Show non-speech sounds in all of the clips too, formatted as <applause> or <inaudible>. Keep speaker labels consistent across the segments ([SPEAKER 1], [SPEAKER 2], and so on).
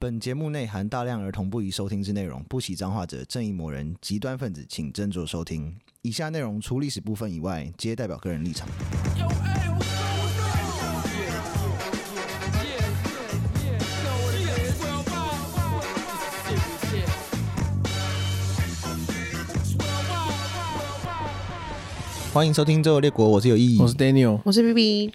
[SPEAKER 1] 本节目内含大量儿童不宜收听之内容，不喜脏话者、正义魔人、极端分子，请斟酌收听。以下内容除历史部分以外，皆代表个人立场。欢迎收听《周游列国》，我是有意义，
[SPEAKER 2] 我是 Daniel
[SPEAKER 3] 我是 B B，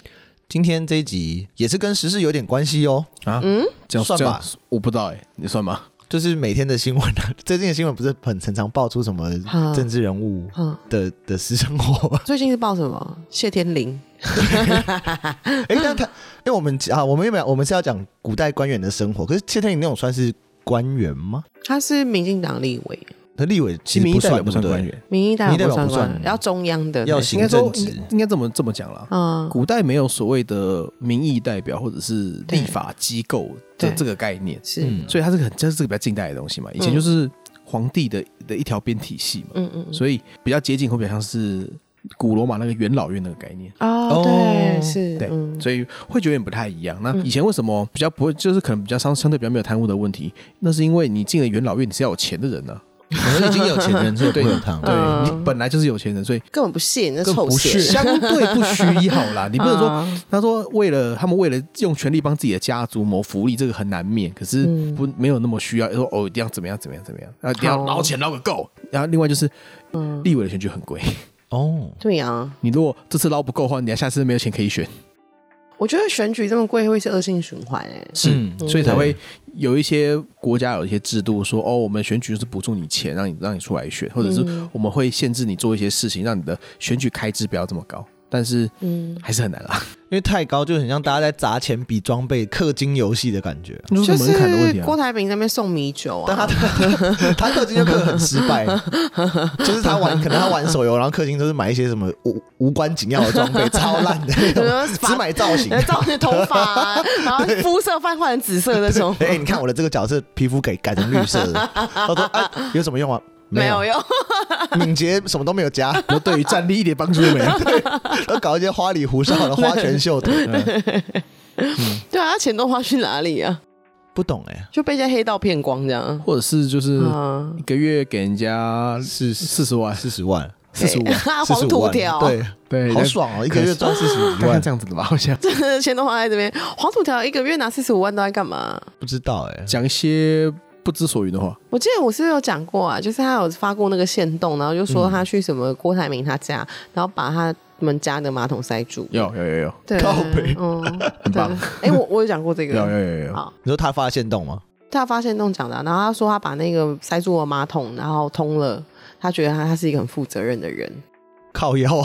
[SPEAKER 1] 今天这一集也是跟时事有点关系哦，
[SPEAKER 2] 啊，嗯，这样
[SPEAKER 1] 算吧，
[SPEAKER 2] 这样我不知道哎、你算吧。
[SPEAKER 1] 就是每天的新闻啊， <laughs> 最近的新闻不是很常常爆出什么
[SPEAKER 3] 嗯
[SPEAKER 1] 政治人物
[SPEAKER 3] 嗯，
[SPEAKER 1] 的的私生活？ <laughs>
[SPEAKER 3] 最近是报什么？谢天林，
[SPEAKER 1] 哎、但他，因为我们啊，我们有没有我们是要讲古代官员的生活？可是谢天林那种算是官员吗？
[SPEAKER 3] 他是民进党立委，
[SPEAKER 1] 那立委其实
[SPEAKER 2] 民
[SPEAKER 1] 不
[SPEAKER 2] 意代
[SPEAKER 1] 算，
[SPEAKER 2] 表
[SPEAKER 1] 对
[SPEAKER 2] 不算
[SPEAKER 1] 对
[SPEAKER 2] 官，员，
[SPEAKER 3] 民意代
[SPEAKER 1] 民意代
[SPEAKER 3] 表
[SPEAKER 1] 表
[SPEAKER 3] 不算
[SPEAKER 1] 不
[SPEAKER 3] 官
[SPEAKER 1] 算
[SPEAKER 3] 员，要中央的，
[SPEAKER 1] 要
[SPEAKER 2] 应
[SPEAKER 1] 行
[SPEAKER 2] 该说
[SPEAKER 1] 政
[SPEAKER 2] 应
[SPEAKER 1] 职
[SPEAKER 2] 该。应该这么这么讲啦。
[SPEAKER 3] 嗯，
[SPEAKER 2] 古代没有所谓的民意代表或者是立法机构的
[SPEAKER 3] 对
[SPEAKER 2] 这个概念，
[SPEAKER 3] 是，嗯
[SPEAKER 2] <laughs> 所以它是个很这是个比较近代的东西嘛。以前
[SPEAKER 3] 嗯
[SPEAKER 2] 就是皇帝的的一条边体系嘛，
[SPEAKER 3] 嗯嗯，
[SPEAKER 2] 所以比较接近会比较像是古罗马那个元老院那个概念。
[SPEAKER 3] 哦，
[SPEAKER 1] 哦
[SPEAKER 3] 对，是，
[SPEAKER 2] 对，
[SPEAKER 3] 嗯
[SPEAKER 2] 所以会觉得有点不太一样。那以前为什么比较不会，就是可能比较相相对比较没有贪污的问题？那是因为你进了元老院，你是要有钱的人啊呢、
[SPEAKER 1] 可能已经有钱人是
[SPEAKER 2] 对
[SPEAKER 1] 不能躺
[SPEAKER 2] 对、
[SPEAKER 3] 嗯
[SPEAKER 2] 你本来就是有钱人，所以
[SPEAKER 3] 根本不屑你那
[SPEAKER 2] 更
[SPEAKER 3] 臭
[SPEAKER 2] 不屑，
[SPEAKER 3] 屑，
[SPEAKER 2] 相对不需要
[SPEAKER 3] <laughs>
[SPEAKER 2] 啦。你不能说，
[SPEAKER 3] 啊
[SPEAKER 2] 他说为了他们为了用权力帮自己的家族谋福利，这个很难免，可是
[SPEAKER 3] 嗯
[SPEAKER 2] 不没有那么需要说哦一定要怎么样怎么样怎么
[SPEAKER 3] <laughs>
[SPEAKER 2] 样，啊一定要
[SPEAKER 3] 好
[SPEAKER 2] 捞钱捞个够。然后另外就是
[SPEAKER 3] 嗯，
[SPEAKER 2] 立委的选举很贵， <laughs>
[SPEAKER 1] 哦，
[SPEAKER 3] 对啊，
[SPEAKER 2] 你如果这次捞不够的话，你下次没有钱可以选，
[SPEAKER 3] 我觉得选举这么贵会是恶性循环，哎，
[SPEAKER 1] 嗯
[SPEAKER 2] 所以才会有一些国家有一些制度说哦，我们选举就是补助你钱，让你让你出来选，或者是
[SPEAKER 3] 嗯
[SPEAKER 2] 我们会限制你做一些事情，让你的选举开支不要这么高，但是
[SPEAKER 3] 嗯，
[SPEAKER 2] 还是很难啦。
[SPEAKER 1] 因为太高就很像大家在砸钱比装备氪金游戏的感觉，
[SPEAKER 2] 就
[SPEAKER 3] 就是
[SPEAKER 2] 门槛的问题
[SPEAKER 3] 是
[SPEAKER 2] 啊
[SPEAKER 3] 郭。台铭在那边送米酒
[SPEAKER 1] 但
[SPEAKER 3] <laughs>
[SPEAKER 1] 他
[SPEAKER 3] 啊，
[SPEAKER 1] <laughs> 他氪金就氪得很失
[SPEAKER 3] <laughs>
[SPEAKER 1] 败，就是他玩可能他玩手游，然后氪金都是买一些什么无无关紧要的装备，超烂的那
[SPEAKER 3] <laughs> 啊
[SPEAKER 1] 种， <laughs> 只买造型，
[SPEAKER 3] 然后照你的头发
[SPEAKER 2] <laughs>
[SPEAKER 3] 啊，然后肤色换换成紫色那种，
[SPEAKER 1] 哎、你看我的这个角色皮肤给改成绿色的，他说啊，有什么用啊？
[SPEAKER 3] <laughs> 没有用，
[SPEAKER 1] 敏捷什么都没有加， <laughs>
[SPEAKER 2] 然后对于战力一点帮助都没有。
[SPEAKER 1] 然后搞一些花里胡哨的花拳绣
[SPEAKER 3] <laughs>
[SPEAKER 1] 腿，
[SPEAKER 3] 对啊，他钱都花去哪里啊？
[SPEAKER 1] 不懂哎、
[SPEAKER 3] 就被一些黑道骗光这样。啊
[SPEAKER 2] 或者是就是
[SPEAKER 3] 嗯
[SPEAKER 2] 一个月给人家
[SPEAKER 1] 四十
[SPEAKER 2] 四十万，
[SPEAKER 1] 四十万，
[SPEAKER 2] 四十五
[SPEAKER 3] 对 <laughs>
[SPEAKER 2] 万，
[SPEAKER 3] 黄土哦条，
[SPEAKER 1] 对，
[SPEAKER 2] 对，
[SPEAKER 1] 好爽哦、一个月赚四十五
[SPEAKER 2] 看看
[SPEAKER 1] 万
[SPEAKER 2] 这，样子的吧，好像
[SPEAKER 3] <laughs> 对，钱都花在这边。黄土条一个月拿四十五万都在干嘛？
[SPEAKER 1] 不知道哎、
[SPEAKER 2] 讲一些不知所云的话，
[SPEAKER 3] 我记得我是不是有讲过啊，就是他有发过那个线动，然后就说他去什么郭台铭他家，然后把他们家的马桶塞住。
[SPEAKER 2] 有有有有
[SPEAKER 3] 对，
[SPEAKER 1] 靠北
[SPEAKER 3] 嗯，对
[SPEAKER 2] 棒。
[SPEAKER 3] 哎、我我有讲过这
[SPEAKER 2] 有
[SPEAKER 3] 个，
[SPEAKER 2] 有有有，
[SPEAKER 3] 好
[SPEAKER 1] 你说他发现动吗？
[SPEAKER 3] 他发现动讲的啊、然后他说他把那个塞住的马桶，然后通了。他觉得他他是一个很负责任的人，
[SPEAKER 1] 靠腰、 <laughs>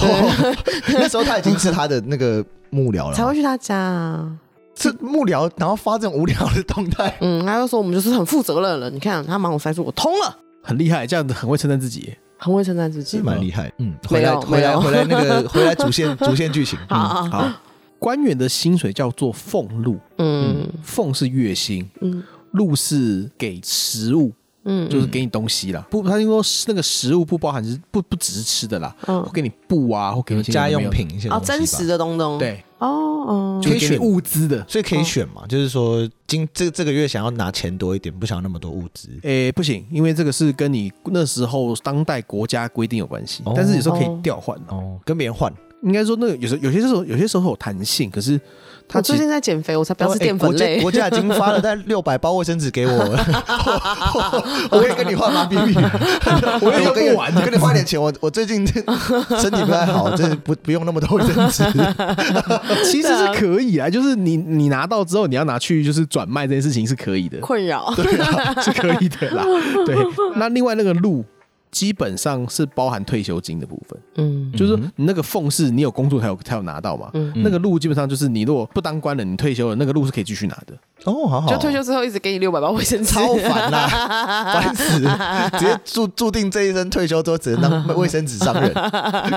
[SPEAKER 1] 那时候他已经是他的那个幕僚
[SPEAKER 3] 才
[SPEAKER 1] 了，
[SPEAKER 3] 会去他家啊。
[SPEAKER 1] 是幕僚，然后发这种无聊的动态，
[SPEAKER 3] 嗯，他就说我们就是很负责任了。你看他马桶塞住，我通了，
[SPEAKER 2] 很厉害，这样子很会称赞自己。
[SPEAKER 3] 很会称赞自
[SPEAKER 1] 是
[SPEAKER 3] 己。
[SPEAKER 1] 蛮厉害。嗯，回
[SPEAKER 3] 没
[SPEAKER 1] 来
[SPEAKER 3] 有
[SPEAKER 1] 回来
[SPEAKER 3] 没有
[SPEAKER 1] 回来那个
[SPEAKER 3] <laughs>
[SPEAKER 1] 回来主线主线剧情，嗯，
[SPEAKER 3] 好好好，
[SPEAKER 2] 好，官员的薪水叫做俸禄，
[SPEAKER 3] 嗯
[SPEAKER 2] 俸是月薪，
[SPEAKER 3] 嗯
[SPEAKER 2] 禄是给食物，
[SPEAKER 3] 嗯，
[SPEAKER 2] 就是给你东西啦。不，他听说那个食物不包含是不不只是吃的啦，
[SPEAKER 3] 嗯
[SPEAKER 2] 会给你布啊，会给你一些
[SPEAKER 1] 家
[SPEAKER 2] 有的没
[SPEAKER 1] 用
[SPEAKER 2] 有的，
[SPEAKER 1] 品一些
[SPEAKER 3] 哦，
[SPEAKER 1] 东西吧
[SPEAKER 3] 真实的东东，，
[SPEAKER 2] 对，
[SPEAKER 3] 哦哦，
[SPEAKER 2] 就
[SPEAKER 1] 可
[SPEAKER 2] 是
[SPEAKER 1] 以
[SPEAKER 2] 给
[SPEAKER 1] 选
[SPEAKER 2] 你物资的。
[SPEAKER 1] 所以可以
[SPEAKER 3] 哦
[SPEAKER 1] 选嘛，就是说今这这个月想要拿钱多一点，不想要那么多物资。
[SPEAKER 2] 诶、不行，因为这个是跟你那时候当代国家规定有关系，
[SPEAKER 1] 哦
[SPEAKER 2] 但是有时候可以调换的。
[SPEAKER 1] 哦，跟别人换，
[SPEAKER 2] 应该说，那个有时候有些时候有些时候有弹性，可是它
[SPEAKER 3] 我
[SPEAKER 2] 其
[SPEAKER 3] 最
[SPEAKER 2] 实
[SPEAKER 3] 近在减肥，我才不要吃
[SPEAKER 1] 哎
[SPEAKER 3] 淀粉类，
[SPEAKER 1] 国家国家已经 <laughs> 发了大概六百包卫生纸给我 <laughs> 了，我 <laughs> 可以跟你换吗？B B，我
[SPEAKER 2] 也用不完
[SPEAKER 1] 跟你跟你换点钱。我 <laughs> 我最近这身体不太好，这不不用那么多卫生纸。
[SPEAKER 3] <laughs>
[SPEAKER 2] 其实是可以啊，就是你你拿到之后，你要拿去就是转卖这件事情是可以的，
[SPEAKER 3] 困扰，
[SPEAKER 2] 对啊，是可以的啦。对，那另外那个路基本上是包含退休金的部分，
[SPEAKER 3] 嗯
[SPEAKER 2] 就是说你那个俸是你有工作才有才有拿到嘛。
[SPEAKER 3] 嗯
[SPEAKER 2] 那个路基本上就是你如果不当官了，你退休了，那个路是可以继续拿
[SPEAKER 3] <laughs>
[SPEAKER 2] 的。
[SPEAKER 1] <laughs> 哦，好好，
[SPEAKER 3] <laughs> 就退休之后一直给你六百包卫生 <laughs>
[SPEAKER 1] <laughs>
[SPEAKER 3] 纸，
[SPEAKER 1] 超烦啦、烦死了，直接注注定这一生退休之后只能当卫生纸商 <laughs> 人，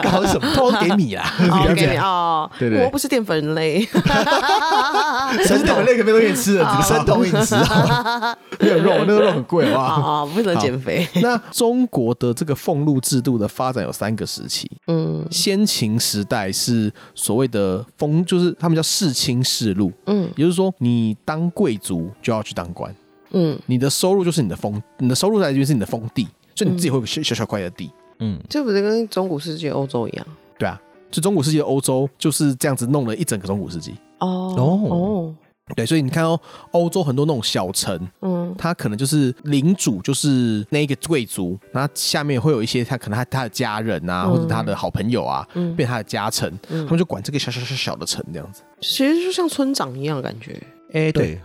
[SPEAKER 1] 搞什么？
[SPEAKER 2] 都给你啦，<laughs>
[SPEAKER 3] 哦，
[SPEAKER 2] 不要
[SPEAKER 3] 给
[SPEAKER 2] 这
[SPEAKER 3] 你
[SPEAKER 2] 样。
[SPEAKER 3] 哦，
[SPEAKER 2] 对对对
[SPEAKER 3] 我又不是淀粉 <laughs> 类，
[SPEAKER 2] <laughs>
[SPEAKER 3] 啊
[SPEAKER 2] 生酮类可没东西吃了，
[SPEAKER 1] 生酮饮食 <laughs> 哦，
[SPEAKER 2] 没有肉，那个肉很贵
[SPEAKER 3] 啊
[SPEAKER 2] 哇。
[SPEAKER 3] <laughs> 啊，不能减肥，
[SPEAKER 2] 那中国的这个俸禄制度的发展有三个时期，
[SPEAKER 3] 嗯
[SPEAKER 2] 先秦时代是所谓的封，就是他们叫世卿世禄，
[SPEAKER 3] 嗯
[SPEAKER 2] 也就是说，你当贵族就要去当官，
[SPEAKER 3] 嗯，
[SPEAKER 2] 你的收入就是你的封，你的收入来源是你的封地，所以你自己会有个小小小块的地，
[SPEAKER 1] 嗯，
[SPEAKER 3] 这不是跟中古世界欧洲一样
[SPEAKER 2] 对啊。就中古世纪的欧洲就是这样子弄了一整个中古世纪，
[SPEAKER 3] 哦
[SPEAKER 1] 哦
[SPEAKER 3] 哦，
[SPEAKER 2] 对，所以你看哦，欧洲很多那种小城，
[SPEAKER 3] 嗯
[SPEAKER 2] 它可能就是领主就是那一个贵族，那下面会有一些他可能他他的家人啊，
[SPEAKER 1] 嗯
[SPEAKER 2] 或者他的好朋友啊，
[SPEAKER 3] 嗯，
[SPEAKER 2] 变成他的家臣，
[SPEAKER 3] 嗯
[SPEAKER 2] 他们就管这个小小小小的城这样子。
[SPEAKER 3] 其实就像村长一样的感觉，
[SPEAKER 2] 哎，对，
[SPEAKER 1] 对，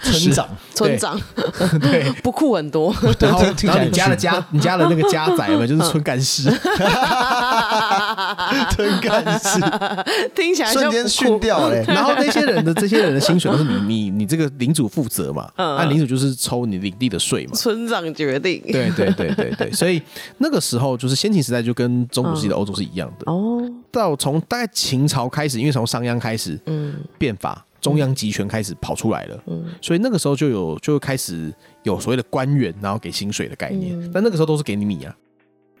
[SPEAKER 1] 成 <laughs> 长，
[SPEAKER 3] 村长
[SPEAKER 2] 对，
[SPEAKER 1] <laughs>
[SPEAKER 3] 不酷很多，
[SPEAKER 2] 然后
[SPEAKER 1] 这听起来
[SPEAKER 2] 然后你
[SPEAKER 1] 很嗯
[SPEAKER 2] 家的
[SPEAKER 1] 逊
[SPEAKER 2] 家，你家的那个家宅嘛，就是村干事，
[SPEAKER 1] 真干 <laughs> 事，
[SPEAKER 3] <laughs> 听起来就
[SPEAKER 1] 瞬间训掉欸 <laughs> 嘞。
[SPEAKER 2] <laughs> 然后那些人的这些人的薪水都是你你你这个领主负责嘛，
[SPEAKER 3] 嗯
[SPEAKER 2] 那领主就是抽你领地的税嘛。
[SPEAKER 3] 村长决定
[SPEAKER 2] 对对对对对，所以那个时候就是先秦时代就跟中古世
[SPEAKER 1] 嗯
[SPEAKER 2] 纪的欧洲是一样的。
[SPEAKER 3] 哦，
[SPEAKER 2] 到从大概秦朝开始，因为从商鞅开始
[SPEAKER 3] 嗯
[SPEAKER 2] 变法，中央集权开始跑出来了，
[SPEAKER 3] 嗯
[SPEAKER 2] 所以那个时候就有就开始有所谓的官员，然后给薪水的概念。
[SPEAKER 3] 嗯
[SPEAKER 2] 但那个时候都是给你米啊，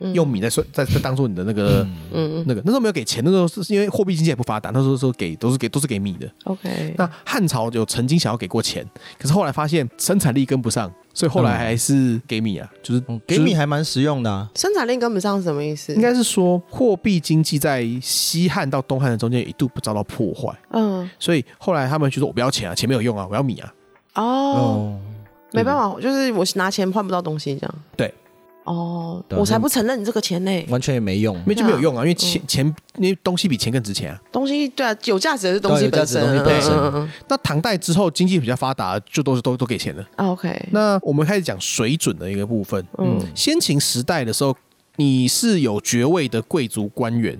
[SPEAKER 3] 嗯
[SPEAKER 2] 用米在算在在当做你的那个。
[SPEAKER 3] 嗯嗯
[SPEAKER 2] 那个那时候没有给钱，那时候是因为货币经济也不发达，那时候说给都是给都是给米的。
[SPEAKER 3] ，OK，
[SPEAKER 2] 那汉朝有曾经想要给过钱，可是后来发现生产力跟不上，所以后来还是给米啊，就是
[SPEAKER 1] 嗯
[SPEAKER 2] 就
[SPEAKER 1] 给
[SPEAKER 2] 是
[SPEAKER 1] 米还蛮实用的啊，
[SPEAKER 3] 生产力跟不上是什么意思？
[SPEAKER 2] 应该是说货币经济在西汉到东汉的中间一度不遭到破坏，
[SPEAKER 3] 嗯
[SPEAKER 2] 所以后来他们就说我不要钱啊，钱没有用啊，我要米啊。
[SPEAKER 3] 哦，
[SPEAKER 1] 哦，
[SPEAKER 3] 没办法，就是我拿钱换不到东西这样。
[SPEAKER 2] 对。
[SPEAKER 3] 哦，
[SPEAKER 1] 对啊
[SPEAKER 3] 我才不承认你这个钱呢、
[SPEAKER 1] 完全也没用，
[SPEAKER 2] 没就没有用啊，因为钱钱因为东西比钱更值钱啊。
[SPEAKER 3] 东西对啊，有价值的是东
[SPEAKER 1] 对啊
[SPEAKER 3] 西
[SPEAKER 1] 有价
[SPEAKER 3] 本
[SPEAKER 1] 值
[SPEAKER 3] 身，
[SPEAKER 1] 的东西本身
[SPEAKER 3] 嗯嗯嗯
[SPEAKER 2] 那唐代之后经济比较发达，就都是都都给钱了。
[SPEAKER 3] 嗯啊 OK，
[SPEAKER 2] 那我们开始讲水准的一个部分。
[SPEAKER 3] 嗯
[SPEAKER 2] 先秦时代的时候，你是有爵位的贵族官员，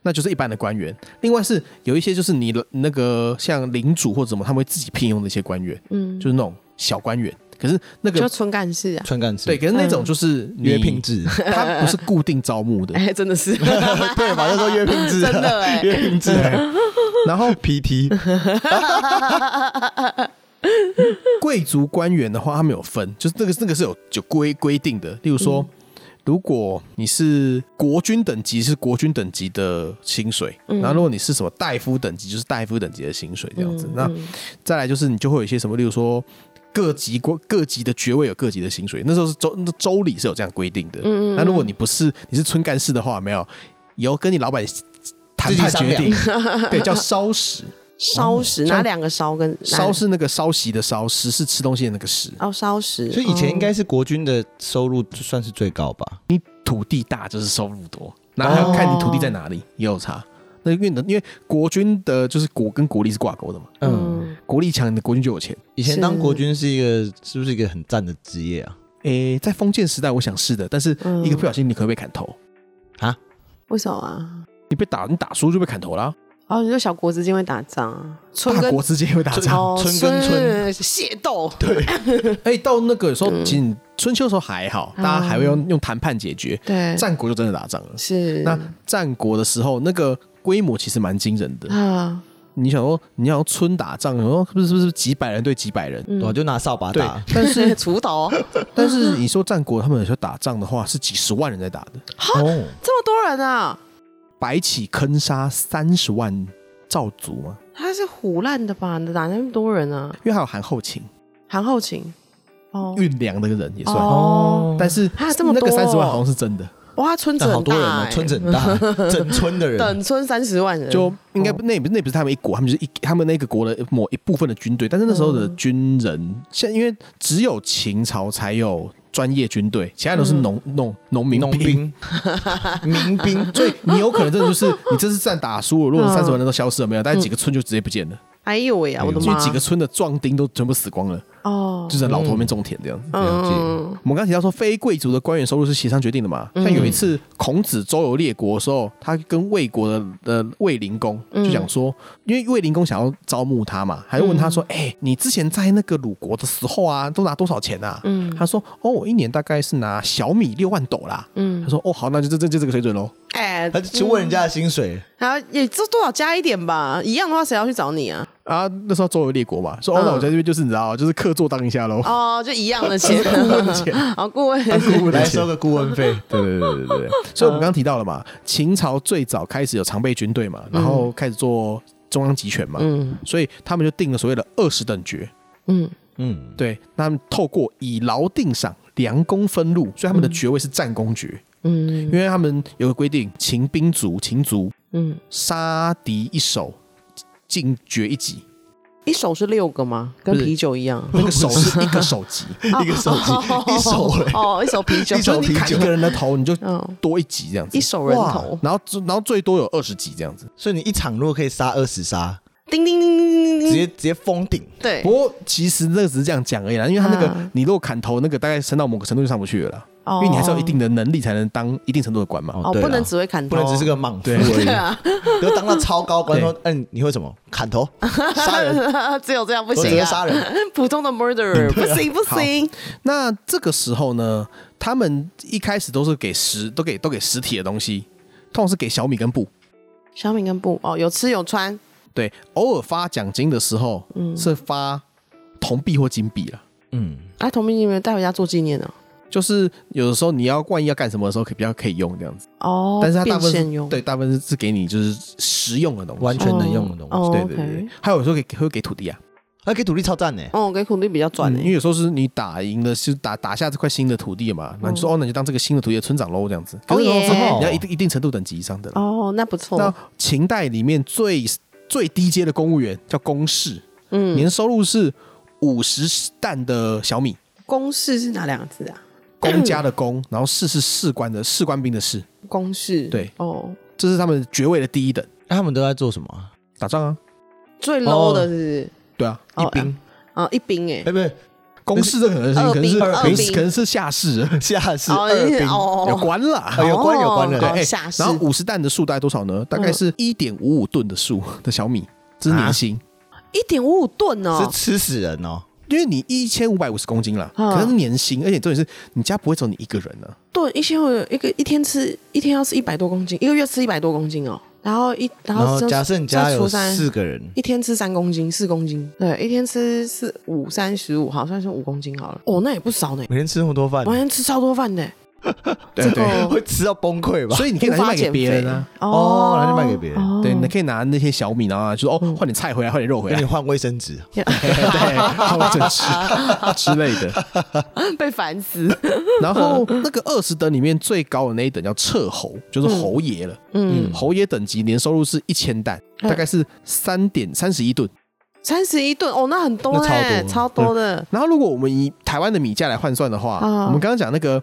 [SPEAKER 2] 那就是一般的官员。另外是有一些就是你的那个像领主或者什么，他们会自己聘用的一些官员，
[SPEAKER 3] 嗯，
[SPEAKER 2] 就是那种小官员。可是那
[SPEAKER 3] 就
[SPEAKER 2] 个
[SPEAKER 3] 村干事啊，
[SPEAKER 1] 穿干制，
[SPEAKER 2] 对，，可是那种就是你
[SPEAKER 1] 约聘，制，
[SPEAKER 2] 他不是固定招募的。
[SPEAKER 3] 哎、真的
[SPEAKER 1] <laughs>
[SPEAKER 3] 是
[SPEAKER 1] 对嘛？那时候约聘制啊，
[SPEAKER 3] <laughs> 真的哎
[SPEAKER 1] 约聘制 <laughs>
[SPEAKER 2] 对
[SPEAKER 1] 啊，
[SPEAKER 2] 然后
[SPEAKER 3] <laughs>
[SPEAKER 1] PT
[SPEAKER 2] 贵族官员的话，他们有分，就是那个那个是有有规规定的。例如说，
[SPEAKER 1] 嗯
[SPEAKER 2] 如果你是国军等级，是国军等级的薪水；
[SPEAKER 1] 嗯
[SPEAKER 2] 然后如果你是什么大夫等级，就是大夫等级的薪水这样
[SPEAKER 1] 嗯
[SPEAKER 2] 子。那再来就是你就会有一些什么，例如说各级官各级的爵位有各级的薪水，那时候是州那州里是有这样规定
[SPEAKER 1] 嗯
[SPEAKER 2] 的。那如果你不是你是村干事的话，没有以后跟你老板谈判
[SPEAKER 1] 自己商
[SPEAKER 2] 决定
[SPEAKER 1] 量，
[SPEAKER 2] 对，叫
[SPEAKER 1] <laughs>
[SPEAKER 2] 烧食。
[SPEAKER 3] 烧食，
[SPEAKER 2] 像
[SPEAKER 3] 哪两个烧跟哪
[SPEAKER 2] 烧是那个烧席的烧，食是吃东西的那个食。
[SPEAKER 3] 哦烧食，
[SPEAKER 1] 所以以前
[SPEAKER 3] 哦
[SPEAKER 1] 应该是国军的收入就算是最高吧？
[SPEAKER 2] 土地大就是收入多，然后还要看你土地在哪
[SPEAKER 3] 哦
[SPEAKER 2] 里也有差。那因为你的因为国军的就是国跟国力是挂钩的嘛，
[SPEAKER 1] 嗯，
[SPEAKER 3] 嗯
[SPEAKER 2] 国力强，你的国军就有钱。
[SPEAKER 1] 以前当
[SPEAKER 3] 是
[SPEAKER 1] 国军是一个是不是一个很赞的职业啊？
[SPEAKER 2] 诶、在封建时代，我想是的，但是
[SPEAKER 3] 嗯
[SPEAKER 2] 一个不小心你可能被砍头，
[SPEAKER 3] 为什么啊？
[SPEAKER 2] 你被打，你打输就被砍头啦。
[SPEAKER 3] 哦，你说小国之间会打仗啊，村
[SPEAKER 2] 大
[SPEAKER 3] 跟
[SPEAKER 2] 国之间会打仗，
[SPEAKER 3] 哦
[SPEAKER 1] 村跟村
[SPEAKER 3] 械斗，
[SPEAKER 2] 哎、到那个时候，
[SPEAKER 3] 嗯
[SPEAKER 2] 其实春秋的时候还好，大家还会用用谈判解决。
[SPEAKER 3] 对，
[SPEAKER 2] 战国就真的打仗了。
[SPEAKER 3] 嗯是
[SPEAKER 2] 那战国的时候，那个规模其实蛮惊人的。
[SPEAKER 3] 啊，
[SPEAKER 2] 你想说，你要村打仗，然后是不是是不是几百人对几百
[SPEAKER 3] 嗯
[SPEAKER 2] 人？
[SPEAKER 1] 对啊，就拿扫把
[SPEAKER 2] 对
[SPEAKER 1] 打，，
[SPEAKER 2] 但
[SPEAKER 3] <laughs>
[SPEAKER 2] 是
[SPEAKER 3] 锄头，
[SPEAKER 2] 但
[SPEAKER 3] 嗯
[SPEAKER 2] 是你说战国他们有时候打仗的话，是几十万人在打的，
[SPEAKER 1] 哦，
[SPEAKER 3] 这么多人啊，
[SPEAKER 2] 白起坑杀三十万赵族嘛，
[SPEAKER 3] 他是胡乱的吧？哪那么多人啊？
[SPEAKER 2] 因为还有韩后勤、
[SPEAKER 3] 韩后勤，哦，
[SPEAKER 2] 运粮的人也算，
[SPEAKER 3] 哦
[SPEAKER 2] 但是
[SPEAKER 3] 啊这么
[SPEAKER 2] 那
[SPEAKER 3] 多
[SPEAKER 2] 个三十万好像是真的，
[SPEAKER 3] 哇，村子
[SPEAKER 1] 但好
[SPEAKER 3] 很大
[SPEAKER 1] 多人哦，
[SPEAKER 3] 欸
[SPEAKER 1] 村子很大，
[SPEAKER 3] <laughs>
[SPEAKER 1] 整村的人，
[SPEAKER 3] 等村三十万人，
[SPEAKER 2] 就应该不那也不那也不是他们一国，他们就是一他们那个国的某一部分的军队，但
[SPEAKER 3] 嗯
[SPEAKER 2] 是那时候的军人，现在因为只有秦朝才有专业军队，其他都是
[SPEAKER 3] 嗯
[SPEAKER 2] 农农农民
[SPEAKER 1] 农
[SPEAKER 2] 兵。
[SPEAKER 1] 兵、
[SPEAKER 3] <laughs>
[SPEAKER 1] 民兵，
[SPEAKER 2] 所以 <laughs> 你有可能真的就是你这次战打输了，如果
[SPEAKER 3] 嗯
[SPEAKER 2] 三十万人都消失了没有，大概几个村就直接不见了，
[SPEAKER 3] 哎呦喂呀，我的
[SPEAKER 2] 所
[SPEAKER 3] 妈！
[SPEAKER 2] 以几个村的壮丁都全部死光了。
[SPEAKER 3] 哦，
[SPEAKER 2] 就是老头面种田这样子。
[SPEAKER 1] 了解
[SPEAKER 3] 嗯，
[SPEAKER 2] 我们刚提到说，非贵族的官员收入是协商决定的嘛？像有一次孔子周游列国的时候，他跟魏国的的卫灵公
[SPEAKER 3] 嗯
[SPEAKER 2] 就讲说，因为卫灵公想要招募他嘛，还问
[SPEAKER 3] 嗯
[SPEAKER 2] 他说：“哎、你之前在那个鲁国的时候啊，都拿多少钱啊？”
[SPEAKER 3] 嗯
[SPEAKER 2] 他说：“哦，我一年大概是拿小米六万斗啦。”
[SPEAKER 3] 嗯
[SPEAKER 2] 他说：“哦，好，那就这这就这个水准喽。
[SPEAKER 3] 哎，
[SPEAKER 1] 他就去问人家的薪水，
[SPEAKER 3] 还要也这多少加一点吧，一样的话谁要去找你啊？”
[SPEAKER 2] 啊，那时候周游列国嘛，说：“哦，那我在这边就是你知道，就是客座当一下喽。
[SPEAKER 3] 嗯哦，就一样的钱，顾问
[SPEAKER 2] 钱，
[SPEAKER 3] 哦，顾问，
[SPEAKER 2] <laughs>
[SPEAKER 1] 来收个顾问费，
[SPEAKER 2] 对对对对对
[SPEAKER 3] <laughs>
[SPEAKER 2] 对，
[SPEAKER 3] 嗯
[SPEAKER 2] 所以我们刚刚提到了嘛，秦朝最早开始有常备军队嘛，然后开始做中央集权嘛，
[SPEAKER 3] 嗯
[SPEAKER 2] 所以他们就定了所谓的二十等爵。
[SPEAKER 3] 嗯
[SPEAKER 1] 嗯，
[SPEAKER 2] 对，那他们透过以劳定赏，良功分禄，所以他们的爵位是战功爵，
[SPEAKER 3] 嗯
[SPEAKER 2] 因为他们有个规定，秦兵卒、秦卒
[SPEAKER 3] 嗯，
[SPEAKER 2] 杀敌一手，进爵一级，
[SPEAKER 3] 一手是六个吗？跟
[SPEAKER 2] 不是
[SPEAKER 3] 啤酒一样，
[SPEAKER 2] 那个手是一个手
[SPEAKER 3] <laughs>
[SPEAKER 2] 级，
[SPEAKER 1] 嗯一个手机一手 <laughs> 嘞，
[SPEAKER 3] 哦，一手啤酒，
[SPEAKER 1] 一手
[SPEAKER 2] 就是你砍一个人的头，你就
[SPEAKER 3] 嗯，
[SPEAKER 2] 多一级这样子
[SPEAKER 3] 一，手人头，
[SPEAKER 2] 然后然后最多有二十级这样子。
[SPEAKER 1] 所以你一场如果可以杀二十杀，
[SPEAKER 3] 叮叮叮叮叮
[SPEAKER 1] 直
[SPEAKER 3] 叮叮，
[SPEAKER 1] 接直接封顶。
[SPEAKER 3] 对
[SPEAKER 2] 不，过其实那个只是这样讲而已啦，因为他那个
[SPEAKER 3] 嗯
[SPEAKER 2] 你如果砍头那个大概升到某个程度就上不去了啦，
[SPEAKER 3] 因
[SPEAKER 2] 因为你还是有一定的能力才能当一定程度的官嘛。
[SPEAKER 1] 哦
[SPEAKER 3] 哦，
[SPEAKER 1] 对
[SPEAKER 3] 不能
[SPEAKER 1] 啦
[SPEAKER 3] 只会砍
[SPEAKER 1] 不
[SPEAKER 3] 头，
[SPEAKER 1] 能只是个莽夫
[SPEAKER 2] 对
[SPEAKER 1] 而已， <laughs>
[SPEAKER 3] 对啊， <laughs>
[SPEAKER 1] 就当到超高官说，嗯，你会什么？砍 <laughs> 头、杀人，
[SPEAKER 3] 只有这样不
[SPEAKER 1] 我直
[SPEAKER 3] 行
[SPEAKER 1] 接杀
[SPEAKER 3] 啊，
[SPEAKER 1] 人。 <laughs>
[SPEAKER 3] 普通的 murderer 不行不行，
[SPEAKER 2] 那这个时候呢，他们一开始都是给实都给都给实体的东西，通常是给小米跟布。
[SPEAKER 3] 小米跟布哦，有吃有穿，
[SPEAKER 2] 对，偶尔发奖金的时候，
[SPEAKER 3] 嗯
[SPEAKER 2] 是发铜币或金币了。
[SPEAKER 1] 嗯，
[SPEAKER 3] 啊，同名你们带回家做纪念哦呢？
[SPEAKER 2] 就是有的时候你要万一要干什么的时候，可以比较可以用这样子，
[SPEAKER 3] 哦，
[SPEAKER 2] 但是它大部分
[SPEAKER 3] 变现
[SPEAKER 2] 是
[SPEAKER 3] 用，
[SPEAKER 2] 对大部分是给你就是实用的东西，
[SPEAKER 1] 完全能用的东西
[SPEAKER 3] 哦，
[SPEAKER 2] 对
[SPEAKER 3] 哦
[SPEAKER 2] 对对对
[SPEAKER 3] OK，
[SPEAKER 2] 还有时候给会给土地啊，
[SPEAKER 1] 那给土地超赞呢。
[SPEAKER 3] 哦，给孔力比较赚
[SPEAKER 2] 嗯因为
[SPEAKER 3] 诶，
[SPEAKER 2] 有时候是你打赢了，是打打下这块新的土地嘛，那你就说哦，那你就当这个新的土地的村长喽，这样子。可是
[SPEAKER 3] 嗯哦
[SPEAKER 2] 之
[SPEAKER 3] 耶
[SPEAKER 2] 后你要一定一定程度等级以上的啦。
[SPEAKER 3] 哦，那不
[SPEAKER 2] 那
[SPEAKER 3] 错，
[SPEAKER 2] 秦代里面最最低阶的公务员叫公士，
[SPEAKER 3] 嗯，
[SPEAKER 2] 年收入是五十担的小米，
[SPEAKER 3] 公式是哪两个字啊？
[SPEAKER 2] 公家的
[SPEAKER 3] <clears throat>
[SPEAKER 2] 公，然后士是士官的士官兵的士，
[SPEAKER 3] 公式，
[SPEAKER 2] 对，
[SPEAKER 3] 哦，
[SPEAKER 2] 这是他们爵位的第一等，
[SPEAKER 1] 那他们都在做什么啊？
[SPEAKER 2] 打仗啊，
[SPEAKER 3] 最
[SPEAKER 1] 哦
[SPEAKER 3] low 的是
[SPEAKER 2] 对啊，
[SPEAKER 3] 哦
[SPEAKER 1] 一兵，
[SPEAKER 3] 啊一兵诶，
[SPEAKER 1] 哎，不是
[SPEAKER 2] 公士这可能是
[SPEAKER 3] 二
[SPEAKER 2] 可能是
[SPEAKER 3] 兵
[SPEAKER 2] 可能是
[SPEAKER 3] 二兵
[SPEAKER 2] 可能是下士，
[SPEAKER 1] 下士
[SPEAKER 3] 哦
[SPEAKER 1] 二兵，
[SPEAKER 2] 有
[SPEAKER 3] 哦，
[SPEAKER 2] 官啦。
[SPEAKER 1] 哦有关有关的
[SPEAKER 3] 哦
[SPEAKER 1] 对
[SPEAKER 2] 哎
[SPEAKER 3] 下士
[SPEAKER 2] 然后五十担的树大概多少呢？大概是一点五五吨的树的小米，这是年薪。
[SPEAKER 3] 一点五五吨哦
[SPEAKER 1] 是，吃死人哦。
[SPEAKER 2] 因为你一千五百五十公斤啦，
[SPEAKER 3] 嗯
[SPEAKER 2] 可能是年薪，而且重点是你家不会只有你一个人呢、啊
[SPEAKER 3] 对，一千五一个一天吃一天要吃一百多公斤，一个月吃一百多公斤哦。然后一
[SPEAKER 1] 然
[SPEAKER 3] 然后
[SPEAKER 1] 后
[SPEAKER 3] 就
[SPEAKER 1] 假设你家
[SPEAKER 3] 再除
[SPEAKER 1] 有
[SPEAKER 3] 三
[SPEAKER 1] 四个人，
[SPEAKER 3] 一天吃三公斤四公斤，对，一天吃四五三十五，好算是五公斤好了。哦，那也不少呢，
[SPEAKER 1] 每天吃那么多饭
[SPEAKER 3] 我，天吃超多饭的。
[SPEAKER 2] 对对
[SPEAKER 1] <laughs> 会吃到崩溃吧？
[SPEAKER 2] 所以你可以拿去卖给别人啊。
[SPEAKER 1] 哦，然后就卖给别人，
[SPEAKER 2] 对，你可以拿那些小米，然后啊就说哦，换点菜回来，换点肉回
[SPEAKER 1] <laughs> 给
[SPEAKER 2] 来
[SPEAKER 1] 你，换卫生纸。
[SPEAKER 2] <laughs>
[SPEAKER 3] <laughs>
[SPEAKER 2] 对，换我整吃之类的。
[SPEAKER 3] 被
[SPEAKER 1] <laughs>
[SPEAKER 3] 烦死。
[SPEAKER 2] 然后那个二十等里面最高的那一等叫彻侯，就是侯爷了。
[SPEAKER 3] 嗯，
[SPEAKER 2] 侯爷等级年收入是一千担，
[SPEAKER 3] 嗯
[SPEAKER 2] 大概是三点三十一吨。
[SPEAKER 3] 三十一吨哦，那很
[SPEAKER 1] 那
[SPEAKER 3] 多哎，
[SPEAKER 1] 超
[SPEAKER 3] 超多的。
[SPEAKER 2] 然后如果我们以台湾的米价来换算的话，
[SPEAKER 3] 啊
[SPEAKER 2] 我们刚刚讲那个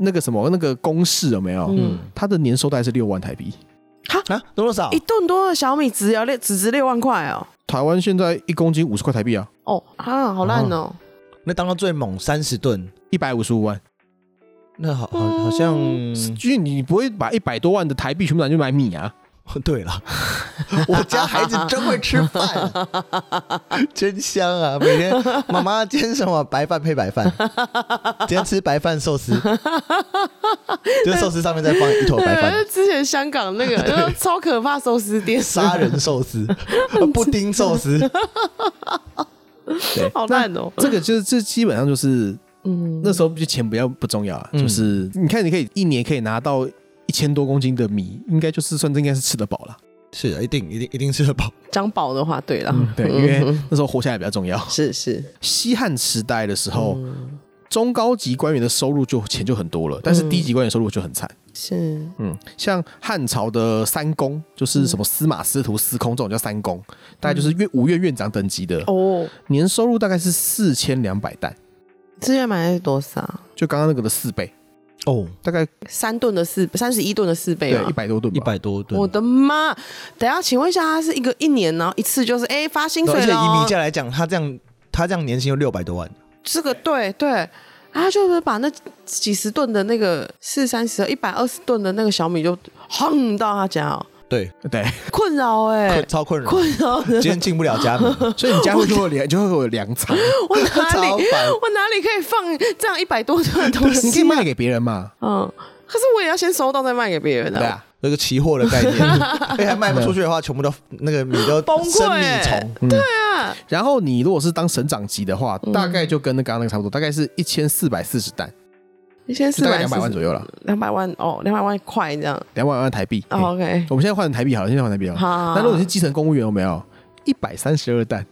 [SPEAKER 2] 那个什么那个公式有没有？
[SPEAKER 3] 嗯，
[SPEAKER 2] 它的年收大概是六万台币。
[SPEAKER 1] 啊，多多少
[SPEAKER 3] <laughs> 一？吨多的小米只要六只值六万块哦。
[SPEAKER 2] 台湾现在一公斤五十块台币啊，
[SPEAKER 3] 哦啊，好烂哦！
[SPEAKER 1] 那当到最猛三十吨，
[SPEAKER 2] 一百五十五万，
[SPEAKER 1] 那好好好像嗯
[SPEAKER 2] 因为你不会把一百多万的台币全部拿去买米啊。
[SPEAKER 1] <laughs> 对了，我家孩子真会吃饭，真香啊！每天妈妈今天什么白饭配白饭，今天吃白饭寿司，就是寿司上面再放一坨白
[SPEAKER 3] 对，
[SPEAKER 1] 饭
[SPEAKER 3] 就， <laughs> 之前香港那个就是超可怕寿司店，
[SPEAKER 1] 杀人寿司、布丁寿司，
[SPEAKER 2] 对，
[SPEAKER 3] <laughs> 好烂哦。
[SPEAKER 2] 这个就是这基本上就是
[SPEAKER 3] 嗯，
[SPEAKER 2] 那时候就钱不要不重要啊，就是你看你可以一年可以拿到一千多公斤的米，应该就是算应该是吃得饱了。
[SPEAKER 1] 是啊，一定一定一定吃得饱。
[SPEAKER 3] 张宝的话，对了，
[SPEAKER 2] 嗯
[SPEAKER 3] 嗯
[SPEAKER 2] 对，因为那时候活下来比较重要。
[SPEAKER 3] <laughs> 是是，嗯
[SPEAKER 2] 西汉时代的时候，中高级官员的收入就钱就很多了，但是低级官员收入就很惨。
[SPEAKER 3] 是，
[SPEAKER 2] 嗯，像汉朝的三公，就是什么司马、司徒、司空这种叫三公，大概就是院五院院长等级的，
[SPEAKER 3] 嗯哦，
[SPEAKER 2] 年收入大概是四千两百担，
[SPEAKER 3] 之前买的是多少？
[SPEAKER 2] 就刚刚那个的四倍，
[SPEAKER 1] 哦，
[SPEAKER 2] 大概
[SPEAKER 3] 三吨的四，三十一吨的四倍
[SPEAKER 2] 对
[SPEAKER 3] 嘛
[SPEAKER 2] 一。百多吨吧，
[SPEAKER 1] 一百多吨
[SPEAKER 3] 我。的妈！等一下，请问一下，他是一个一年，然后一次就是哎、发薪
[SPEAKER 1] 而
[SPEAKER 3] 水
[SPEAKER 1] 且
[SPEAKER 3] 了
[SPEAKER 1] 以米
[SPEAKER 3] 哦，
[SPEAKER 1] 价来讲，他这样他这样年薪有六百多万，
[SPEAKER 3] 这个对对。啊他就是把那几十吨的那个四三十一百二十吨的那个小米就轰到他家、哦，
[SPEAKER 1] 对，
[SPEAKER 2] 对，
[SPEAKER 3] 困扰哎、
[SPEAKER 1] 困超困扰，
[SPEAKER 3] 困扰的
[SPEAKER 1] 今，天进不了家门，
[SPEAKER 2] 所以你家会就会有粮，就会有粮
[SPEAKER 3] <laughs>
[SPEAKER 2] 仓，
[SPEAKER 3] 我哪
[SPEAKER 1] 超
[SPEAKER 3] 里
[SPEAKER 1] 烦。
[SPEAKER 3] 我哪里可以放这样一百多吨的东西、啊？
[SPEAKER 2] 你可以卖给别人嘛，
[SPEAKER 3] 嗯，可是我也要先收到再卖给别人
[SPEAKER 2] 对
[SPEAKER 3] 啊。
[SPEAKER 2] 啊，
[SPEAKER 1] 那个期货的概念，而且还卖不出去的话，全部都那个米都
[SPEAKER 3] 崩溃啊
[SPEAKER 1] 生米虫，
[SPEAKER 2] 然后你如果是当省长级的话，
[SPEAKER 3] 嗯
[SPEAKER 2] 大概就跟那刚刚那个差不多，大概是一千四百四十担，
[SPEAKER 3] 你先
[SPEAKER 2] 就
[SPEAKER 3] 四
[SPEAKER 2] 大概
[SPEAKER 3] 百
[SPEAKER 2] 两百万左右了，
[SPEAKER 3] 两百万哦，两百万块这样。
[SPEAKER 2] 两百万台币。
[SPEAKER 3] 哦
[SPEAKER 2] 嗯
[SPEAKER 3] OK，
[SPEAKER 2] 我们现在换台币好了，现在换台币好了。
[SPEAKER 3] 好好好
[SPEAKER 2] 那如果你是基层公务员，有没有一百三十二担？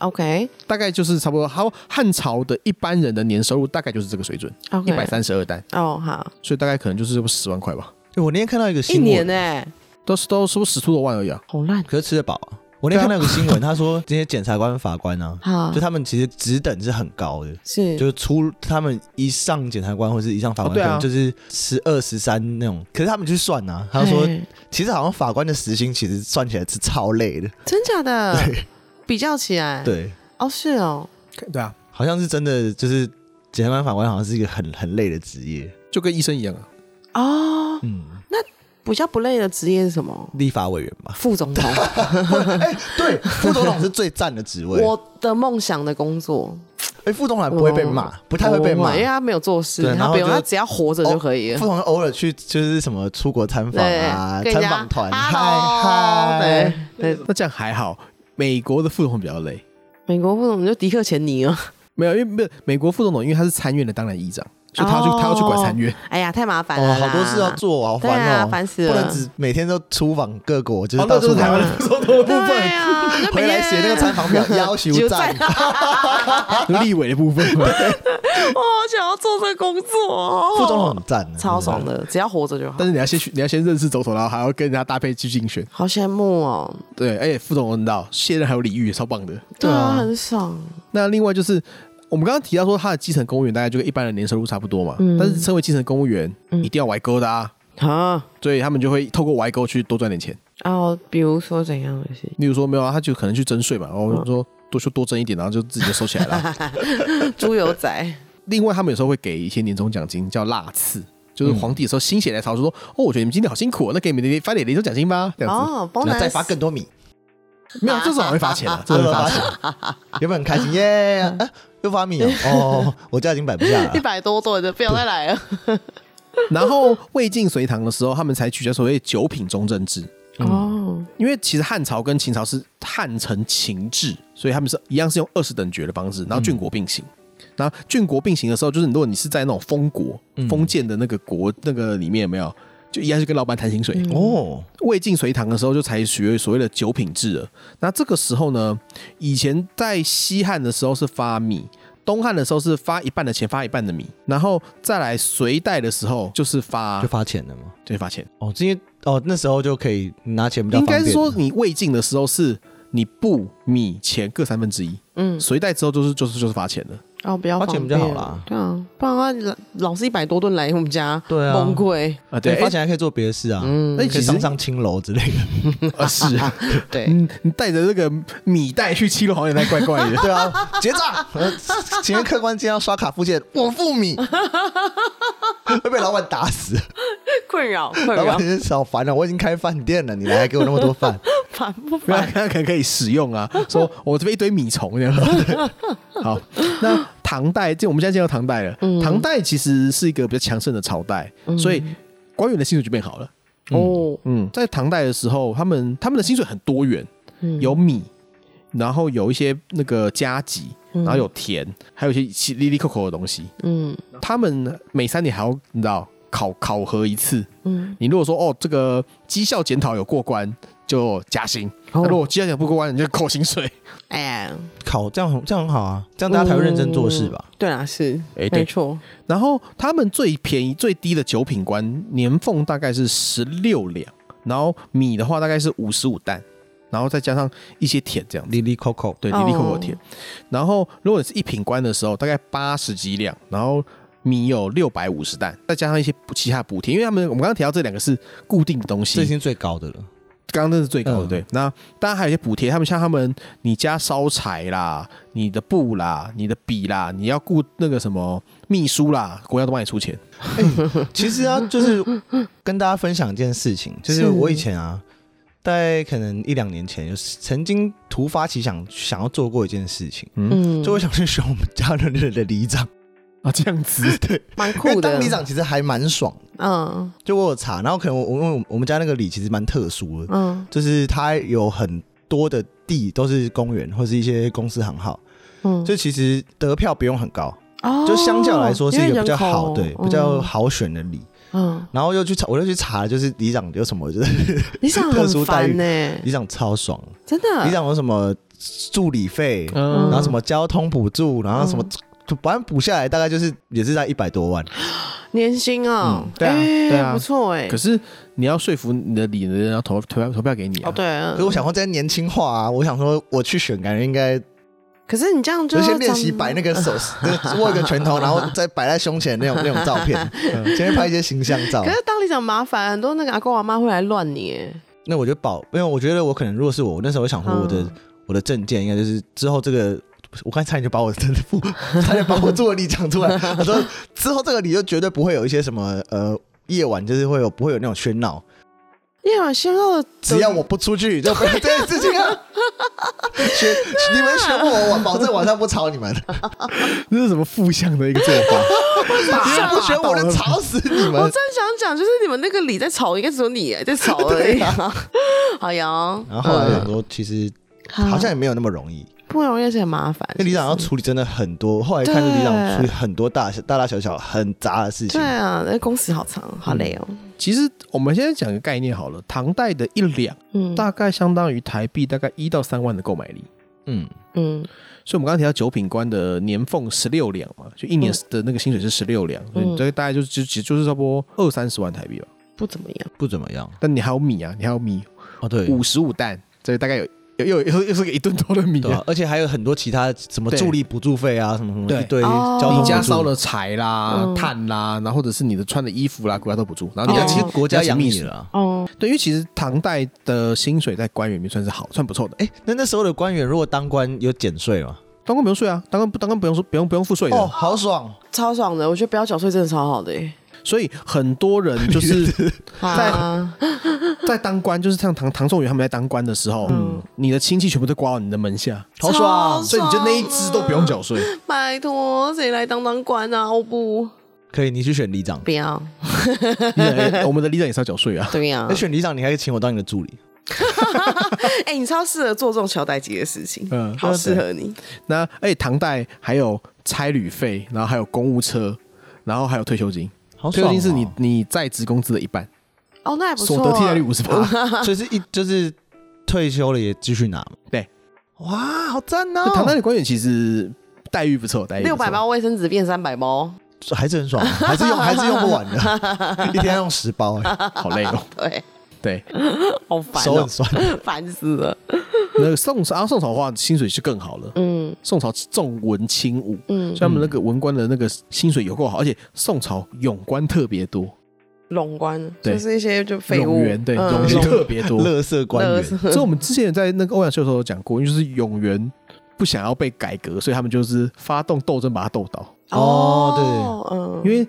[SPEAKER 3] OK
[SPEAKER 2] 大概就是差不多。好，汉朝的一般人的年收入大概就是这个水准，一
[SPEAKER 3] OK，
[SPEAKER 2] 百三十二担，
[SPEAKER 3] 哦，好，
[SPEAKER 2] 所以大概可能就是十万块吧，
[SPEAKER 1] 欸我那天看到一个
[SPEAKER 3] 一
[SPEAKER 1] 新闻，
[SPEAKER 3] 年呢、
[SPEAKER 2] 都是都是不是十出头万而已啊。
[SPEAKER 3] 好烂，
[SPEAKER 1] 可是吃得饱啊。我那天看到一个新闻，他说这些检察官、法官啊，
[SPEAKER 3] 好
[SPEAKER 1] 就他们其实职等是很高的，
[SPEAKER 3] 是
[SPEAKER 1] 就是出他们一上检察官或是一上法官，
[SPEAKER 2] 哦对啊
[SPEAKER 1] 可能就是十二十三那种。可是他们去算呐、啊，他说
[SPEAKER 3] 哎
[SPEAKER 1] 其实好像法官的时薪其实算起来是超累的，
[SPEAKER 3] 真假的，比较起来，，
[SPEAKER 1] 对，
[SPEAKER 3] 哦是哦，
[SPEAKER 2] 对啊，
[SPEAKER 1] 好像是真的，就是检察官、法官好像是一个很很累的职业。
[SPEAKER 2] 就跟医生一样啊。
[SPEAKER 3] 哦，
[SPEAKER 1] 嗯，
[SPEAKER 3] 比较不累的职业是什么？，
[SPEAKER 1] 立法委员吧
[SPEAKER 3] 副总
[SPEAKER 1] <laughs>
[SPEAKER 3] 统，
[SPEAKER 1] 哎、对，副总 <laughs> 统是最赞的职位。
[SPEAKER 3] 我的梦想的工作，
[SPEAKER 1] 哎、副总统不会被骂，
[SPEAKER 3] 哦
[SPEAKER 1] 不太会被骂
[SPEAKER 3] 不，因为他没有做事
[SPEAKER 1] 对，然
[SPEAKER 3] 他
[SPEAKER 1] 后
[SPEAKER 3] 不用，
[SPEAKER 1] 就
[SPEAKER 3] 他只要活着就可以
[SPEAKER 1] 哦
[SPEAKER 3] 了
[SPEAKER 1] 副。总偶尔去就是什么出国参访
[SPEAKER 3] 对
[SPEAKER 1] 啊，，
[SPEAKER 3] 跟
[SPEAKER 1] 参
[SPEAKER 3] 人家
[SPEAKER 1] 访团，嗨
[SPEAKER 3] hello，
[SPEAKER 1] 嗨，
[SPEAKER 3] 对对，
[SPEAKER 2] 那这样还好，美国的副总统比较累，
[SPEAKER 3] 美国副总就迪克钱尼哦了，
[SPEAKER 2] 没有，因为没有美国副总统，因为他是参院的当然议长，所以他要去、他要去管参院。
[SPEAKER 3] 哦哎呀，太麻烦
[SPEAKER 1] 哦，
[SPEAKER 3] 了，
[SPEAKER 1] 好多事要。做啊，好
[SPEAKER 3] 对
[SPEAKER 1] 烦
[SPEAKER 3] 啊，
[SPEAKER 1] 哦，
[SPEAKER 3] 烦死了，
[SPEAKER 1] 不能只每天都出访各国，就
[SPEAKER 2] 哦
[SPEAKER 1] 是，
[SPEAKER 2] 那
[SPEAKER 1] 到
[SPEAKER 2] 就是
[SPEAKER 1] 处
[SPEAKER 2] 台湾的
[SPEAKER 1] 玩。
[SPEAKER 2] 副总统的部
[SPEAKER 3] 对
[SPEAKER 2] 分，
[SPEAKER 3] 啊，就
[SPEAKER 1] 回
[SPEAKER 3] 每
[SPEAKER 1] 来
[SPEAKER 3] 天
[SPEAKER 1] 写那个参访
[SPEAKER 3] <laughs>
[SPEAKER 1] 表，要求
[SPEAKER 3] 就
[SPEAKER 1] 赞
[SPEAKER 3] 在。 <laughs>
[SPEAKER 2] 就 <laughs> 立委的部分嘛。 <laughs>
[SPEAKER 3] 我哦好想要做这工作哦，
[SPEAKER 1] 副总统很赞啊，
[SPEAKER 3] 超爽的，只要活着就好
[SPEAKER 2] 但。是你要先去，你要先认识总统，然后还要跟人家搭配去竞选。
[SPEAKER 3] 好羡慕哦，
[SPEAKER 2] 对，而且副总统你知道现任还有礼遇，超棒的。
[SPEAKER 3] 对
[SPEAKER 1] 对
[SPEAKER 3] 啊，
[SPEAKER 1] 啊
[SPEAKER 3] 很爽。
[SPEAKER 2] 那另外就是我们刚刚提到说，他的基层公务员大概就跟一般人年收入差不多嘛。
[SPEAKER 3] 嗯
[SPEAKER 2] 但是身为基层公务员，一定要歪勾的啊，
[SPEAKER 3] 啊，
[SPEAKER 2] 所以他们就会透过歪勾去多赚点钱。
[SPEAKER 3] 然后哦比如说怎样的事，
[SPEAKER 2] 例如说没有啊，他就可能去征税嘛，然
[SPEAKER 3] 嗯
[SPEAKER 2] 后说多就多征一点，然后就自己就收起来了
[SPEAKER 3] <laughs>
[SPEAKER 2] 啊。
[SPEAKER 3] 猪油仔，
[SPEAKER 2] 另外，他们有时候会给一些年终奖金，叫辣刺。就是
[SPEAKER 3] 嗯
[SPEAKER 2] 皇帝有时候心血来潮就说：“哦，我觉得你们今天好辛苦、哦，那给你们发点年终奖金吧。”这样子、
[SPEAKER 3] 哦
[SPEAKER 1] 那
[SPEAKER 3] ，bonus，
[SPEAKER 1] 再发更多米，
[SPEAKER 2] 没有，这种很会罚钱
[SPEAKER 3] <laughs>
[SPEAKER 2] 啊，这种会罚钱。
[SPEAKER 1] 原本很开心耶，啊又发
[SPEAKER 3] <laughs>
[SPEAKER 1] 米哦，哦，我家已经摆不下了
[SPEAKER 3] 一。百多吨的，不要再来了。
[SPEAKER 2] 然后魏晋隋唐的时候，他们才取消所谓九品中正制，
[SPEAKER 3] 哦，
[SPEAKER 2] 因为其实汉朝跟秦朝是汉承秦制，所以他们是一样是用二十等爵的方式，然后郡国并行。然后郡国并行的时候，就是如果你是在那种封国、封建的那个国那个里面有没有，就一样是跟老板谈薪水。
[SPEAKER 1] 哦，
[SPEAKER 2] 魏晋隋唐的时候就采取所谓的九品制了。那这个时候呢，以前在西汉的时候是发米，东汉的时候是发一半的钱发一半的米，然后再来隋代的时候就是发
[SPEAKER 1] 就发钱了吗？
[SPEAKER 2] 对发钱。
[SPEAKER 1] 哦，这些哦，那时候就可以拿钱比较
[SPEAKER 2] 应
[SPEAKER 1] 方便。
[SPEAKER 2] 该是说你魏晋的时候是你布米钱各三分之一，
[SPEAKER 3] 嗯，
[SPEAKER 2] 隋代之后就是就是就是罚钱了。
[SPEAKER 3] 哦，不要
[SPEAKER 1] 花
[SPEAKER 3] 方
[SPEAKER 1] 钱
[SPEAKER 3] 便
[SPEAKER 1] 比较好啦
[SPEAKER 3] 对啊，不然的话老老是一百多吨来我们家，
[SPEAKER 1] 对啊
[SPEAKER 3] 崩溃。
[SPEAKER 2] 啊，
[SPEAKER 1] 对，
[SPEAKER 2] 对，
[SPEAKER 1] 发
[SPEAKER 2] 哎
[SPEAKER 1] 钱还可以做别的事啊，
[SPEAKER 3] 嗯
[SPEAKER 1] 那
[SPEAKER 2] 那
[SPEAKER 1] 可以
[SPEAKER 2] 其实
[SPEAKER 1] 上上青楼之类的。
[SPEAKER 2] 啊是啊， <laughs>
[SPEAKER 3] 对，
[SPEAKER 2] 嗯，你带着那个米袋去七楼好像也太怪怪的。
[SPEAKER 1] <laughs> 对啊，结账， <laughs> 呃请问客官今天要刷卡付现，我付米， <laughs> 会被老板打死。
[SPEAKER 3] <laughs> 困 <laughs> 扰困
[SPEAKER 1] 老
[SPEAKER 3] 扰
[SPEAKER 1] 板，真是好烦啊！我已经开饭店了，你来还给我那么多 <laughs> 饭，
[SPEAKER 3] 烦不
[SPEAKER 2] 不然
[SPEAKER 3] 烦？
[SPEAKER 2] 看看可以使用啊，说我这边一堆米虫这样。对好，那唐代就我们现在进到唐代了，唐代其实是一个比较强盛的朝代，所以官员的薪水就变好了。
[SPEAKER 3] 哦，
[SPEAKER 2] 嗯，在唐代的时候，他们他们的薪水很多元，有米，然后有一些那个加急，然后有田，还有一些奇哩哩扣扣的东西。
[SPEAKER 3] 嗯
[SPEAKER 2] 他们每三年还要你知道考考核一次。
[SPEAKER 3] 嗯，
[SPEAKER 2] 你如果说哦这个绩效检讨有过关，就加薪；
[SPEAKER 3] 哦
[SPEAKER 2] 那如果绩效检讨不过关，你就扣薪水。
[SPEAKER 3] 哎呀，嗯
[SPEAKER 1] 考这样很这样很好啊，这样大家才会认真做事吧。
[SPEAKER 3] 对啦，是，
[SPEAKER 2] 哎对
[SPEAKER 3] 没错，
[SPEAKER 2] 然后他们最便宜最低的九品官年俸大概是十六两，然后米的话大概是五十五担，然后再加上一些田这样子。
[SPEAKER 1] 哩哩扣扣，
[SPEAKER 2] 对，
[SPEAKER 3] 哦
[SPEAKER 2] 离离口口甜。然后如果你是一品官的时候，大概八十几两，然后米有六百五十担，再加上一些补其他补贴，因为他们我们刚刚提到这两个是固定的东西
[SPEAKER 1] 这已，经最高的了。
[SPEAKER 2] 刚刚那是最高的、
[SPEAKER 1] 嗯
[SPEAKER 2] 对。那当然还有一些补贴，他们像他们你家烧柴啦、你的布啦、你的笔啦，你要雇那个什么秘书啦，国家都帮你出钱。
[SPEAKER 1] 其实啊，就是跟大家分享一件事情，就是
[SPEAKER 3] 是
[SPEAKER 1] 我以前啊，大概可能一两年前，就是曾经突发奇想，想要做过一件事情，
[SPEAKER 3] 嗯，
[SPEAKER 1] 就我想去选我们家的人的里长，
[SPEAKER 2] 啊，这样子，对，
[SPEAKER 3] 蛮
[SPEAKER 1] 因为
[SPEAKER 3] 酷的
[SPEAKER 1] 当里，长其实还蛮爽的。
[SPEAKER 3] 嗯
[SPEAKER 1] 就我有查，然后可能我我因为我们家那个里其实蛮特殊的，
[SPEAKER 3] 嗯
[SPEAKER 1] 就是它有很多的地都是公园或是一些公司行号，
[SPEAKER 3] 嗯，
[SPEAKER 1] 就其实得票不用很高，
[SPEAKER 3] 哦
[SPEAKER 1] 就相较来说是一个比较好，
[SPEAKER 3] 因为
[SPEAKER 1] 对
[SPEAKER 3] 人，口
[SPEAKER 1] 比较好选的里。
[SPEAKER 3] 哦嗯，
[SPEAKER 1] 然后又去查，我又去查，就是
[SPEAKER 3] <laughs>
[SPEAKER 1] 里长有什么，就是
[SPEAKER 3] 嗯里长
[SPEAKER 1] 特殊
[SPEAKER 3] 很
[SPEAKER 1] 待遇
[SPEAKER 3] 烦呢，
[SPEAKER 1] 里长超爽，
[SPEAKER 3] 真的，
[SPEAKER 1] 里长有什么助理费，然
[SPEAKER 2] 嗯
[SPEAKER 1] 后什么交通补
[SPEAKER 3] 嗯
[SPEAKER 1] 助，然后什么，就反正补下来大概就是也是在一百多万。
[SPEAKER 3] 年薪啊
[SPEAKER 1] 嗯，对啊
[SPEAKER 3] 哎
[SPEAKER 1] 对啊
[SPEAKER 3] 不错哎
[SPEAKER 2] 可。是你要说服你的里人，然后投投票投票给你啊
[SPEAKER 3] 哦，。对啊
[SPEAKER 1] 可，是我想说，这年轻化啊，我想说我去选，感觉应该
[SPEAKER 3] 可是你这样就
[SPEAKER 1] 就
[SPEAKER 3] 要
[SPEAKER 1] 先练习
[SPEAKER 3] 长
[SPEAKER 1] 摆那个
[SPEAKER 3] <laughs>
[SPEAKER 1] 手，那个握一个拳头，然后再摆在胸前那种那种照
[SPEAKER 3] <laughs>
[SPEAKER 1] 片，嗯先拍一些形象照
[SPEAKER 3] 可。是当里长麻烦，很多那个阿公阿妈会来乱你耶。
[SPEAKER 1] 那我觉得保，因为我觉得我可能如果是我，我那时候想说我的、
[SPEAKER 3] 嗯
[SPEAKER 1] 我的证件应该就是之后这个，我刚才差点就把我的
[SPEAKER 3] <laughs>
[SPEAKER 1] 不，差点把我做的理讲出来。我说之后这个理就绝对不会有一些什么呃夜晚就是会有不会有那种喧闹，
[SPEAKER 3] 夜晚鲜肉的，
[SPEAKER 1] 只要我不出去就不会有这件事情
[SPEAKER 3] <laughs>
[SPEAKER 1] 啊。选你们选我，我保证晚上不吵
[SPEAKER 3] <laughs>
[SPEAKER 1] 你们。
[SPEAKER 3] 啊
[SPEAKER 2] 这是什么负向的一个做 <laughs> 法？
[SPEAKER 1] 你们 <laughs> 不选我就吵死
[SPEAKER 3] <laughs>
[SPEAKER 1] 你
[SPEAKER 3] 我
[SPEAKER 1] 们。
[SPEAKER 3] 真想讲，就是你们那个里在吵，应该只有你耶在吵而
[SPEAKER 1] 对
[SPEAKER 3] 已
[SPEAKER 1] 啊。
[SPEAKER 3] <laughs> 好呀，
[SPEAKER 1] 然后后来想说，其实
[SPEAKER 3] 嗯
[SPEAKER 1] 好像也没有那么容易。
[SPEAKER 3] 不容易，而且很麻烦。
[SPEAKER 1] 那里长要处理真的很多，后来看
[SPEAKER 3] 对
[SPEAKER 1] 里长处理很多大小大大小小很杂的事情
[SPEAKER 3] 对。啊，那工时好长，好累哦。
[SPEAKER 2] 其实我们现在讲个概念好了，唐代的一两
[SPEAKER 3] 嗯
[SPEAKER 2] 大概相当于台币大概一到三万的购买力。
[SPEAKER 1] 嗯，
[SPEAKER 3] 嗯
[SPEAKER 2] 所以我们刚刚提到九品官的年俸十六两嘛，就一年的那个薪水是十六两，所以你这个大概就就其实就是差不多二三十万台币吧。，
[SPEAKER 3] 不怎么样。
[SPEAKER 1] 不怎么样。
[SPEAKER 2] 但你还有米啊，你还有米
[SPEAKER 1] 哦，对
[SPEAKER 2] 五十五担，这大概有又又又又是个一吨多的米
[SPEAKER 1] 对啊
[SPEAKER 2] 啊。
[SPEAKER 1] 而且还有很多其他什么
[SPEAKER 2] 对
[SPEAKER 1] 助力补助费啊，什么什么
[SPEAKER 2] 对
[SPEAKER 1] 一堆
[SPEAKER 3] 哦
[SPEAKER 1] 交通
[SPEAKER 2] 你
[SPEAKER 1] 补助
[SPEAKER 2] 家烧了柴啦、
[SPEAKER 3] 嗯
[SPEAKER 2] 炭啦，然后或者是你的穿的衣服啦，国家都补助。然
[SPEAKER 1] 人
[SPEAKER 2] 后你
[SPEAKER 1] 家
[SPEAKER 2] 要
[SPEAKER 1] 其
[SPEAKER 2] 请
[SPEAKER 1] 实国家
[SPEAKER 2] 要请
[SPEAKER 1] 养
[SPEAKER 2] 秘
[SPEAKER 1] 你
[SPEAKER 2] 书
[SPEAKER 1] 了啊。
[SPEAKER 3] 哦，
[SPEAKER 2] 对，因为其实唐代的薪水在官员里面算是好，算不错的。
[SPEAKER 1] 哎，那那时候的官员如果当官有减税吗？
[SPEAKER 2] 当官不用税啊，当官不当官不用说不用不用付税的。
[SPEAKER 1] 哦，好爽！
[SPEAKER 3] 超爽的，我觉得不要缴税真的超好的耶。
[SPEAKER 2] 所以很多人就是
[SPEAKER 3] <laughs> 啊， <laughs>
[SPEAKER 2] 在当官，就是像唐唐宋元他们在当官的时候，嗯，你的亲戚全部都挂到你的门下，
[SPEAKER 1] 好
[SPEAKER 3] 啊
[SPEAKER 1] 爽
[SPEAKER 2] 所以你就那一支都不用缴
[SPEAKER 3] <laughs>
[SPEAKER 2] 税。
[SPEAKER 3] 拜托，谁来当当官啊？我不，
[SPEAKER 1] 可以，你去选里长。
[SPEAKER 3] 不要，
[SPEAKER 2] 你也哎我们的里长也是要缴税啊。
[SPEAKER 1] <laughs>
[SPEAKER 3] 对呀、
[SPEAKER 1] 那哎选里长，你还可以请我当你的助理。
[SPEAKER 3] 哎、你超适合做这种小代级的事情，
[SPEAKER 2] 嗯
[SPEAKER 3] 好适合你。
[SPEAKER 2] 那而且唐代还有差旅费，然后还有公务车，然后还有退休金。
[SPEAKER 1] 好
[SPEAKER 2] 退
[SPEAKER 1] 爽
[SPEAKER 2] 休
[SPEAKER 1] 哦！
[SPEAKER 2] 金是你你在职工资的一半，
[SPEAKER 3] 哦，那还啊不错、
[SPEAKER 2] 所
[SPEAKER 3] 啊。
[SPEAKER 2] 得替代率五十
[SPEAKER 3] <laughs>
[SPEAKER 2] 八。
[SPEAKER 1] <laughs> 所以是一就是退休了也继续拿嘛。
[SPEAKER 2] 对，
[SPEAKER 1] 哇，好赞哦！
[SPEAKER 2] 那唐代的官员其实待遇不错，待遇哎不
[SPEAKER 3] 六
[SPEAKER 2] 错
[SPEAKER 3] 百包卫生纸变三百包，
[SPEAKER 1] 还是很爽，啊 <laughs> 还是用还是用不完
[SPEAKER 3] <laughs>
[SPEAKER 1] 的，一天要用十包、欸，
[SPEAKER 2] 好累哦。
[SPEAKER 3] 对，
[SPEAKER 2] 对，
[SPEAKER 3] 好烦
[SPEAKER 1] 手
[SPEAKER 3] 哦
[SPEAKER 1] 很，酸。
[SPEAKER 3] 烦死了。
[SPEAKER 2] 那个宋朝、啊、宋朝的话，薪水是更好了。
[SPEAKER 3] 嗯
[SPEAKER 2] 宋朝重文轻武，所
[SPEAKER 3] 嗯
[SPEAKER 2] 以，他们那个文官的那个薪水有够好，而且宋朝勇官特别多，
[SPEAKER 3] 垄官
[SPEAKER 2] 对
[SPEAKER 3] 就是一些就废
[SPEAKER 2] 冗
[SPEAKER 3] 物
[SPEAKER 2] 员，对
[SPEAKER 3] 嗯
[SPEAKER 2] 冗员
[SPEAKER 1] 员
[SPEAKER 2] 特别多。
[SPEAKER 1] 乐色官员
[SPEAKER 3] 垃圾
[SPEAKER 2] 所以我们之前在那个欧阳修的时候有讲过，因为就是冗员不想要被改革，所以他们就是发动斗争把他斗倒。
[SPEAKER 1] <laughs> 哦
[SPEAKER 3] 对，嗯，
[SPEAKER 2] 因为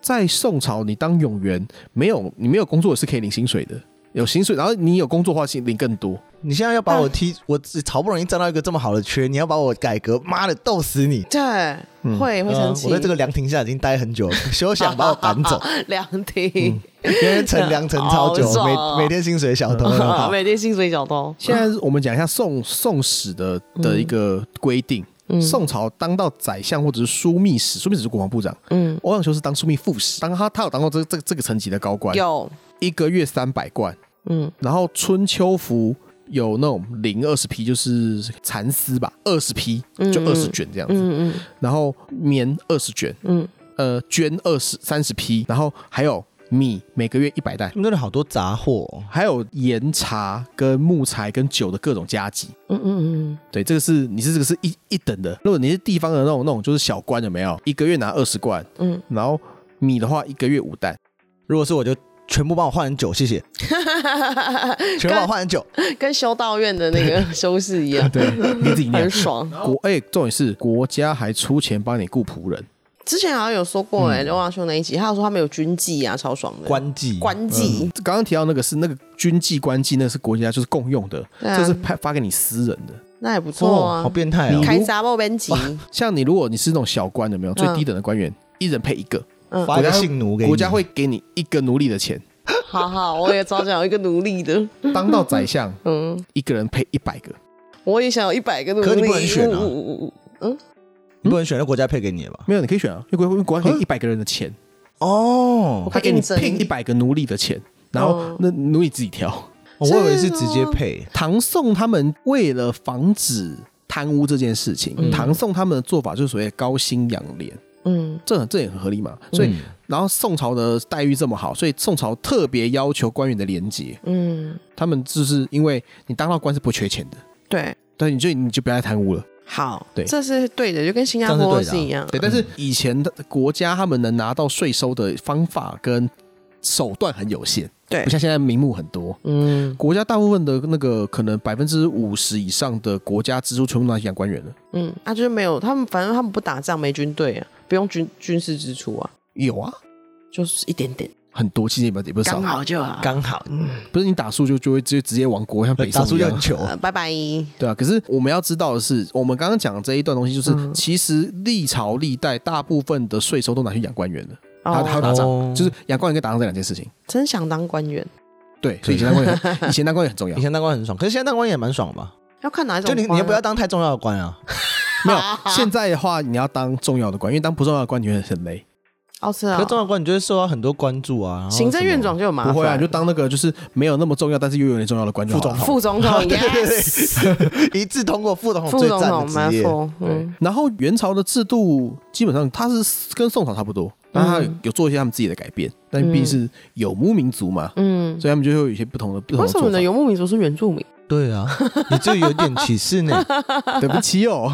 [SPEAKER 2] 在宋朝，你当冗员没有你没有工作是可以领薪水的，有薪水，然后你有工作的话，其实领更多。
[SPEAKER 1] 你现在要把我踢，我好不容易站到一个这么好的缺，你要把我改革，妈的，斗死你！
[SPEAKER 3] 对，会
[SPEAKER 1] 嗯
[SPEAKER 3] 会生
[SPEAKER 1] 我
[SPEAKER 3] 气。
[SPEAKER 1] 在这个凉亭下已经待很久了，休想把我赶
[SPEAKER 3] <laughs>
[SPEAKER 1] 走，
[SPEAKER 3] 凉亭，
[SPEAKER 1] 因为乘凉乘超久
[SPEAKER 3] 好，爽哦
[SPEAKER 1] 每每天薪水小
[SPEAKER 3] <laughs>
[SPEAKER 2] 嗯
[SPEAKER 1] 偷。
[SPEAKER 3] 每天薪水小偷。
[SPEAKER 2] 现在我们讲一下宋宋史的
[SPEAKER 3] 嗯
[SPEAKER 2] 的一个规定。宋朝当到宰相或者是枢密使，枢密使是国防部长，
[SPEAKER 3] 嗯，
[SPEAKER 2] 欧阳修是当枢密副使，当他他有当过这个这个这个层级的高官，
[SPEAKER 3] 有，
[SPEAKER 2] 一个月三百贯，
[SPEAKER 3] 嗯，
[SPEAKER 2] 然后春秋服有那种零二十匹，就是蚕丝吧，二十匹就二十卷这样子，
[SPEAKER 3] 嗯
[SPEAKER 2] 然后棉二十卷，
[SPEAKER 3] 嗯
[SPEAKER 2] 呃，绢二十三十匹，然后还有米每个月一百担
[SPEAKER 1] 他。们那里好多杂货哦，
[SPEAKER 2] 还有盐茶跟木材跟酒的各种加急，
[SPEAKER 3] 嗯嗯嗯
[SPEAKER 2] 对，这个是你是这个是一一等的。如果你是地方的那种那种就是小官有没有？一个月拿二十贯，
[SPEAKER 3] 嗯
[SPEAKER 2] 然后米的话一个月五担，
[SPEAKER 1] 如果是我就全部帮我换成酒，谢谢，
[SPEAKER 3] 嗯，
[SPEAKER 1] 全部帮我换成酒。
[SPEAKER 3] 跟跟修道院的那个修士一样，
[SPEAKER 2] <laughs> 对，你自己酿
[SPEAKER 3] 很。爽。
[SPEAKER 2] 国哎、重点是国家还出钱帮你雇仆人，
[SPEAKER 3] 之前好像有说过哎，刘亚修那一集，他有说他们有军纪啊，超爽的。
[SPEAKER 1] 官妓，
[SPEAKER 3] 官
[SPEAKER 1] 嗯
[SPEAKER 3] 纪，
[SPEAKER 2] 刚刚提到那个是那个军纪官纪，那是国家就是共用的，
[SPEAKER 3] 对啊
[SPEAKER 2] 这是派发给你私人的。
[SPEAKER 3] 那也不错
[SPEAKER 1] 哦，
[SPEAKER 3] 啊
[SPEAKER 1] 好。变态
[SPEAKER 2] 你
[SPEAKER 1] 哦，
[SPEAKER 3] 开闸报编辑，
[SPEAKER 2] 像你如果你是那种小官有没有最低等的官员，一人配一个，
[SPEAKER 3] 嗯
[SPEAKER 1] 发一个性奴给你嗯
[SPEAKER 2] 国家会给你一个奴隶的钱。
[SPEAKER 3] 好好，我也早想有一个奴隶的，
[SPEAKER 2] 当到宰相，
[SPEAKER 3] 嗯，
[SPEAKER 2] 一个人配一百个，
[SPEAKER 3] 我也想有一百个奴隶。
[SPEAKER 1] 可你不能选啊
[SPEAKER 3] 呜呜呜呜嗯，
[SPEAKER 1] 你不能选，那国家配给你的吧？
[SPEAKER 2] 没有你可以选啊，因为国因为国家给一百个人的钱，
[SPEAKER 1] 哦
[SPEAKER 3] 我，
[SPEAKER 2] 他
[SPEAKER 3] 可
[SPEAKER 2] 给
[SPEAKER 3] 以
[SPEAKER 2] 你
[SPEAKER 3] 应征
[SPEAKER 2] 聘一百个奴隶的钱，然后
[SPEAKER 3] 哦
[SPEAKER 2] 那奴隶自己挑。
[SPEAKER 1] 我以为是直接配，
[SPEAKER 2] 唐宋他们为了防止贪污这件事
[SPEAKER 1] 嗯
[SPEAKER 2] 情，唐宋他们的做法就是所谓高薪养廉，
[SPEAKER 3] 嗯，
[SPEAKER 2] 这很这也很合理嘛。所以，
[SPEAKER 1] 嗯
[SPEAKER 2] 然后宋朝的待遇这么好，所以宋朝特别要求官员的廉洁。
[SPEAKER 3] 嗯，
[SPEAKER 2] 他们就是因为你当到官是不缺钱的，
[SPEAKER 3] 对，
[SPEAKER 2] 对，你就你就不要再贪污了。
[SPEAKER 3] 好，
[SPEAKER 2] 对
[SPEAKER 3] 这是对的，就跟新加
[SPEAKER 1] 这样是
[SPEAKER 3] 坡
[SPEAKER 1] 对的
[SPEAKER 3] 是
[SPEAKER 1] 啊
[SPEAKER 3] 一样。
[SPEAKER 2] 对，但是以前的国家他们能拿到税收的方法跟手段很有限，
[SPEAKER 1] 嗯
[SPEAKER 3] 对
[SPEAKER 2] 不，像现在名目很多。
[SPEAKER 3] 嗯
[SPEAKER 2] 国家大部分的那个可能百分之五十以上的国家支出全部拿去养官员了。
[SPEAKER 3] 嗯，啊，就是没有他们，反正他们不打仗，没军队啊，不用军军事支出啊，
[SPEAKER 2] 有啊，
[SPEAKER 3] 就是一点点，
[SPEAKER 2] 很多，其实也不也不是少
[SPEAKER 3] 刚，好就好。嗯
[SPEAKER 1] 刚好
[SPEAKER 2] 不是你打输就就会直接直接亡国，像北
[SPEAKER 1] 打
[SPEAKER 2] 宋
[SPEAKER 1] 出
[SPEAKER 2] 一
[SPEAKER 1] 就
[SPEAKER 2] 样
[SPEAKER 1] 很。糗，
[SPEAKER 3] 呃，拜拜。
[SPEAKER 2] 对啊，可是我们要知道的是，我们刚刚讲的这一段东西，就是、
[SPEAKER 3] 嗯
[SPEAKER 2] 其实历朝历代大部分的税收都拿去养官员了，还还有
[SPEAKER 3] 哦，
[SPEAKER 2] 打仗，
[SPEAKER 1] 哦
[SPEAKER 2] 就是养官员跟打仗这两件事情。
[SPEAKER 3] 真想当官员，
[SPEAKER 2] 对，所以以前当官员，以前
[SPEAKER 3] <laughs>
[SPEAKER 2] 当官员很重要
[SPEAKER 1] 以。前当官很爽，可是现在当官也蛮爽吧？
[SPEAKER 3] 要看哪一种
[SPEAKER 1] 就
[SPEAKER 3] 官啊。
[SPEAKER 1] 你你也不要当太重要的官啊，
[SPEAKER 2] 没有，现在的话你要当重要的官，因为当不重要的官你会很累。
[SPEAKER 3] 哦，是
[SPEAKER 1] 可
[SPEAKER 3] 啊
[SPEAKER 1] 是，重要的官你就会受到很多关注啊。然后
[SPEAKER 3] 行政
[SPEAKER 1] 什么
[SPEAKER 3] 院长就有麻
[SPEAKER 2] 不
[SPEAKER 3] 烦。
[SPEAKER 2] 会啊，你就当那个就是没有那么重要，但是又有点重要的官就好了。
[SPEAKER 3] 副总统 <laughs>
[SPEAKER 1] 对对对
[SPEAKER 3] ，yes，
[SPEAKER 1] <laughs> 一致通过副总统
[SPEAKER 3] <laughs> 副
[SPEAKER 1] 最
[SPEAKER 3] 总
[SPEAKER 1] 赞
[SPEAKER 3] 统
[SPEAKER 1] 的职业，
[SPEAKER 3] Marvel，嗯，
[SPEAKER 2] 然后元朝的制度基本上它是跟宋朝差不
[SPEAKER 3] 嗯
[SPEAKER 2] 多，但它有做一些他们自己的改变，但毕竟是游牧民族嘛，
[SPEAKER 3] 嗯，
[SPEAKER 2] 所以他们就会有一些不同的不同的
[SPEAKER 3] 为什
[SPEAKER 2] 做
[SPEAKER 3] 么
[SPEAKER 2] 法
[SPEAKER 3] 呢？。游牧民族是原住民？ <laughs>
[SPEAKER 1] 对啊，你这有点歧视呢。 <laughs>
[SPEAKER 2] 对不起哦，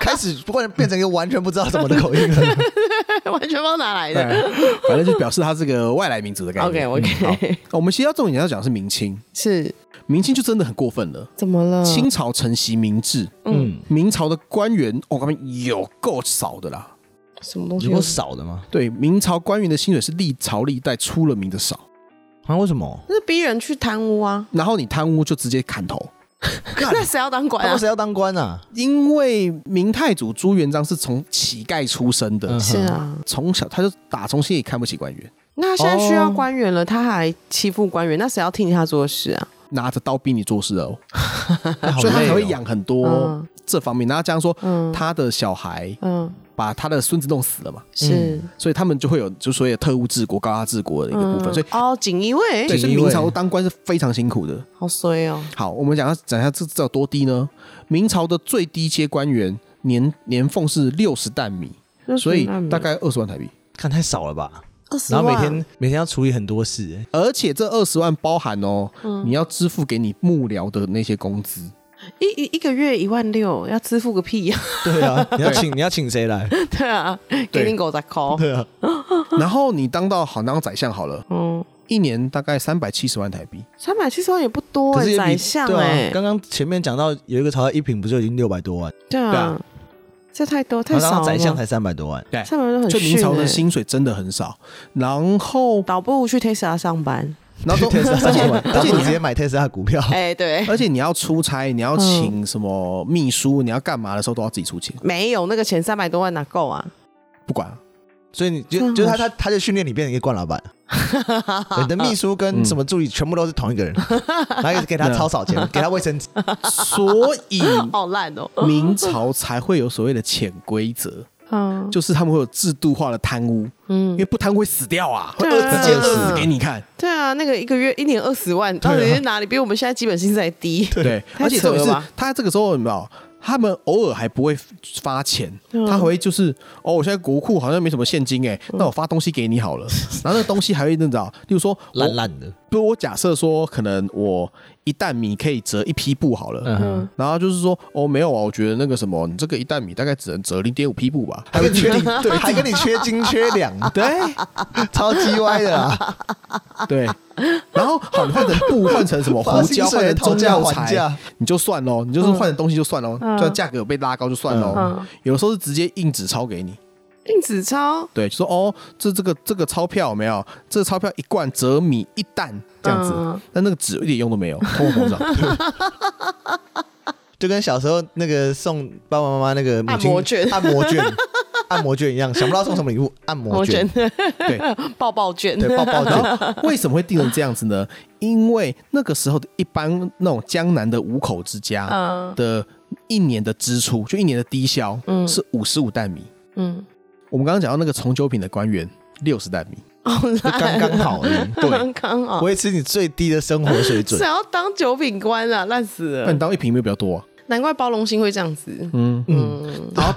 [SPEAKER 1] 开始突然变成一个完全不知道什么的口音
[SPEAKER 3] <laughs>
[SPEAKER 1] 了。
[SPEAKER 3] 完全不知道哪
[SPEAKER 2] <laughs>
[SPEAKER 3] 来
[SPEAKER 2] 对
[SPEAKER 3] 的。
[SPEAKER 2] 反正就表示它是个外来民族的概念。
[SPEAKER 3] OK，OK
[SPEAKER 2] 嗯好我们其实要重点要讲的是明清，
[SPEAKER 3] 是
[SPEAKER 2] 明清就真的很过分了。
[SPEAKER 3] 怎么了？
[SPEAKER 2] 清朝承袭明制，
[SPEAKER 1] 嗯，
[SPEAKER 2] 明朝的官员哦，他们有够少的啦。
[SPEAKER 3] 什么东西
[SPEAKER 1] 有？够少的吗？
[SPEAKER 2] 对，明朝官员的薪水是历朝历代出了名的少，
[SPEAKER 1] 啊，为什么？
[SPEAKER 3] 那是逼人去贪
[SPEAKER 2] <laughs>
[SPEAKER 3] 污啊！
[SPEAKER 2] 然后你贪污就直接砍头。
[SPEAKER 3] 那谁要当官
[SPEAKER 1] 他
[SPEAKER 3] 啊
[SPEAKER 1] 们？谁要当官啊？
[SPEAKER 2] 因为明太祖朱元璋是从乞丐出身的，
[SPEAKER 1] 嗯
[SPEAKER 3] 是啊，
[SPEAKER 2] 从小他就打从心里看不起官员，
[SPEAKER 3] 那现在需要官员了，他还欺负官员，那谁要替他做事啊？
[SPEAKER 2] 拿着刀逼你做事哦，
[SPEAKER 1] 好
[SPEAKER 2] 所以他
[SPEAKER 1] 累
[SPEAKER 2] 才
[SPEAKER 1] 哦
[SPEAKER 2] 会。养很多
[SPEAKER 3] 嗯
[SPEAKER 2] 这方面。然后加上说，
[SPEAKER 3] 嗯
[SPEAKER 2] 他的小孩
[SPEAKER 3] 嗯，
[SPEAKER 2] 把他的孙子弄死了嘛，
[SPEAKER 3] 是
[SPEAKER 2] 所以他们就会有就所谓的特务治国、高压治国的一个部分。所以
[SPEAKER 3] 哦，锦衣卫
[SPEAKER 2] 对，所以
[SPEAKER 1] 锦衣卫
[SPEAKER 2] 明朝当官是非常辛苦的。
[SPEAKER 3] 好衰哦，
[SPEAKER 2] 好，我们讲要讲一下这这有多低呢？明朝的最低阶官员年年俸是六十担米，所以大概二十万台币。
[SPEAKER 1] 看太少了吧？
[SPEAKER 3] 二十
[SPEAKER 1] 然
[SPEAKER 3] 万，
[SPEAKER 1] 后每天每天要处理很多事，哎
[SPEAKER 2] 而且这二十万包含哦，你要支付给你幕僚的那些工资，
[SPEAKER 3] 一一一个月一万六，要支付个屁呀！ <laughs>
[SPEAKER 1] 对啊，你要请你要请谁来？
[SPEAKER 3] 对啊，给你狗仔 call，
[SPEAKER 1] 对啊，
[SPEAKER 2] 然后你当到好当宰相好了，
[SPEAKER 3] 嗯，
[SPEAKER 2] 一年大概三百七十万台币，
[SPEAKER 3] 三百七十万也不多
[SPEAKER 1] 可
[SPEAKER 3] 哎，
[SPEAKER 1] 是也
[SPEAKER 3] 宰
[SPEAKER 1] 比
[SPEAKER 3] 相
[SPEAKER 1] 对
[SPEAKER 3] 哎
[SPEAKER 1] 啊，，刚刚前面讲到有一个朝代一品不就已经六百多万，
[SPEAKER 3] 对
[SPEAKER 2] 对
[SPEAKER 3] 啊
[SPEAKER 2] 啊，
[SPEAKER 3] 这太多太
[SPEAKER 1] 然后
[SPEAKER 3] 少
[SPEAKER 1] 当
[SPEAKER 3] 了，
[SPEAKER 1] 宰相才三百多
[SPEAKER 3] <laughs>
[SPEAKER 1] 万，
[SPEAKER 2] 对
[SPEAKER 3] 上面都很
[SPEAKER 2] 就明朝
[SPEAKER 3] 逊欸
[SPEAKER 2] 的薪水真的很少。然后，
[SPEAKER 3] <laughs> 倒不如去 Tesla 上
[SPEAKER 1] <laughs>
[SPEAKER 3] 班。
[SPEAKER 2] 然后说，
[SPEAKER 1] 特斯拉
[SPEAKER 2] 而
[SPEAKER 1] 三百万，
[SPEAKER 2] 且
[SPEAKER 1] 当
[SPEAKER 2] 而且
[SPEAKER 1] 初直
[SPEAKER 2] 你
[SPEAKER 1] 接买特斯拉股
[SPEAKER 3] <laughs>
[SPEAKER 1] 票，
[SPEAKER 3] 哎、
[SPEAKER 2] <laughs>
[SPEAKER 3] 对，
[SPEAKER 2] 而且你要出差，你要请什么秘书，你要干嘛的时候都要自己出钱，
[SPEAKER 3] 没有那个钱三百多万哪够啊？
[SPEAKER 2] 不管啊
[SPEAKER 1] 所以你
[SPEAKER 3] 这
[SPEAKER 1] 就
[SPEAKER 3] 样
[SPEAKER 1] 就是他
[SPEAKER 3] 好
[SPEAKER 1] 他他就训练你变成一个惯老
[SPEAKER 3] <laughs>
[SPEAKER 1] 板，你的秘书
[SPEAKER 3] 嗯
[SPEAKER 1] 跟什么助理全部都是同一个
[SPEAKER 3] <laughs>
[SPEAKER 1] 人，然后也是给他超少
[SPEAKER 3] 嗯
[SPEAKER 1] 钱，给他卫生纸，
[SPEAKER 2] 所以
[SPEAKER 1] 嗯
[SPEAKER 3] <laughs> 好烂哦。
[SPEAKER 2] 明朝才会有所谓的潜规则，
[SPEAKER 3] 嗯
[SPEAKER 2] 就是他们会有制度化的贪污，因
[SPEAKER 3] 嗯，
[SPEAKER 2] 为不贪污会死掉啊，会
[SPEAKER 3] 对啊
[SPEAKER 2] 饿直接饿死给你看。
[SPEAKER 3] 对啊，那个一个月一年二十万，
[SPEAKER 1] 啊
[SPEAKER 3] 到底是哪里比我们现在基本薪资还低？ <laughs>
[SPEAKER 2] 对，
[SPEAKER 3] 啊太
[SPEAKER 2] 而且
[SPEAKER 3] 扯
[SPEAKER 2] 特别
[SPEAKER 3] 了
[SPEAKER 2] 是
[SPEAKER 3] 吧
[SPEAKER 2] 他这个时候有没有？他们偶尔还不会发钱，
[SPEAKER 3] 嗯
[SPEAKER 2] 他会就是哦，我现在国库好像没什么现金哎、那我发东西给你好了。然后那个东西还会那种，例如说我
[SPEAKER 1] 烂，烂的，
[SPEAKER 2] 比如我假设说，可能我一担米可以折一批布好了，
[SPEAKER 1] 嗯哼，
[SPEAKER 2] 然后就是说哦，没有啊，我觉得那个什么，你这个一担米大概只能折零点五批布吧。
[SPEAKER 1] 还跟你缺
[SPEAKER 3] <laughs>
[SPEAKER 1] 斤，对，还跟你缺斤缺两，
[SPEAKER 2] 对
[SPEAKER 1] 超鸡歪的啊啦，
[SPEAKER 2] <laughs> 对，然后好，你换成布，换成什么
[SPEAKER 1] 花
[SPEAKER 2] 胡
[SPEAKER 1] 薪
[SPEAKER 2] 椒，换
[SPEAKER 1] 水
[SPEAKER 2] 成
[SPEAKER 1] 讨
[SPEAKER 2] 中
[SPEAKER 1] 价
[SPEAKER 2] 药
[SPEAKER 1] 还
[SPEAKER 2] 材，
[SPEAKER 1] 价，
[SPEAKER 2] 你就算喽，你就是换的东西就算喽，就价格有被拉高就算喽。
[SPEAKER 3] 嗯
[SPEAKER 2] 有的时候是直接硬纸钞给你，
[SPEAKER 3] 硬纸钞，
[SPEAKER 2] 对，就说哦，这这个这个钞票有没有，这个钞票一罐折米一担这样子
[SPEAKER 3] 嗯，
[SPEAKER 2] 但那个纸一点用都没有，通货膨胀。
[SPEAKER 1] 就跟小时候那个送爸爸妈妈那个母亲
[SPEAKER 3] 按摩券
[SPEAKER 1] 按摩券、 <laughs> 按摩券一样，想不到送什么礼物，按摩券，
[SPEAKER 2] 对，
[SPEAKER 3] <laughs> 抱抱卷，
[SPEAKER 1] 对，抱 <laughs> 抱
[SPEAKER 2] 然
[SPEAKER 1] 的，
[SPEAKER 2] 后哦为什么会定成这样子呢？因为那个时候的一般那种江南的五口之家
[SPEAKER 3] 嗯
[SPEAKER 2] 的一年的支出，就一年的低消，
[SPEAKER 3] 嗯
[SPEAKER 2] 是五十五担米。
[SPEAKER 3] 嗯，
[SPEAKER 2] 我们刚刚讲到那个从九品的官员六十担米，
[SPEAKER 3] 好
[SPEAKER 1] 就刚
[SPEAKER 3] 烂，
[SPEAKER 1] 刚好而已，对，
[SPEAKER 3] 刚刚好，
[SPEAKER 1] 维持你最低的生活水准嗯
[SPEAKER 3] 想。要当九品官啊，烂死
[SPEAKER 2] 那
[SPEAKER 3] 了
[SPEAKER 2] 你，当一瓶没有比较多啊？
[SPEAKER 3] 难怪包容心会这样子。
[SPEAKER 2] 嗯，
[SPEAKER 3] 嗯，
[SPEAKER 2] 好。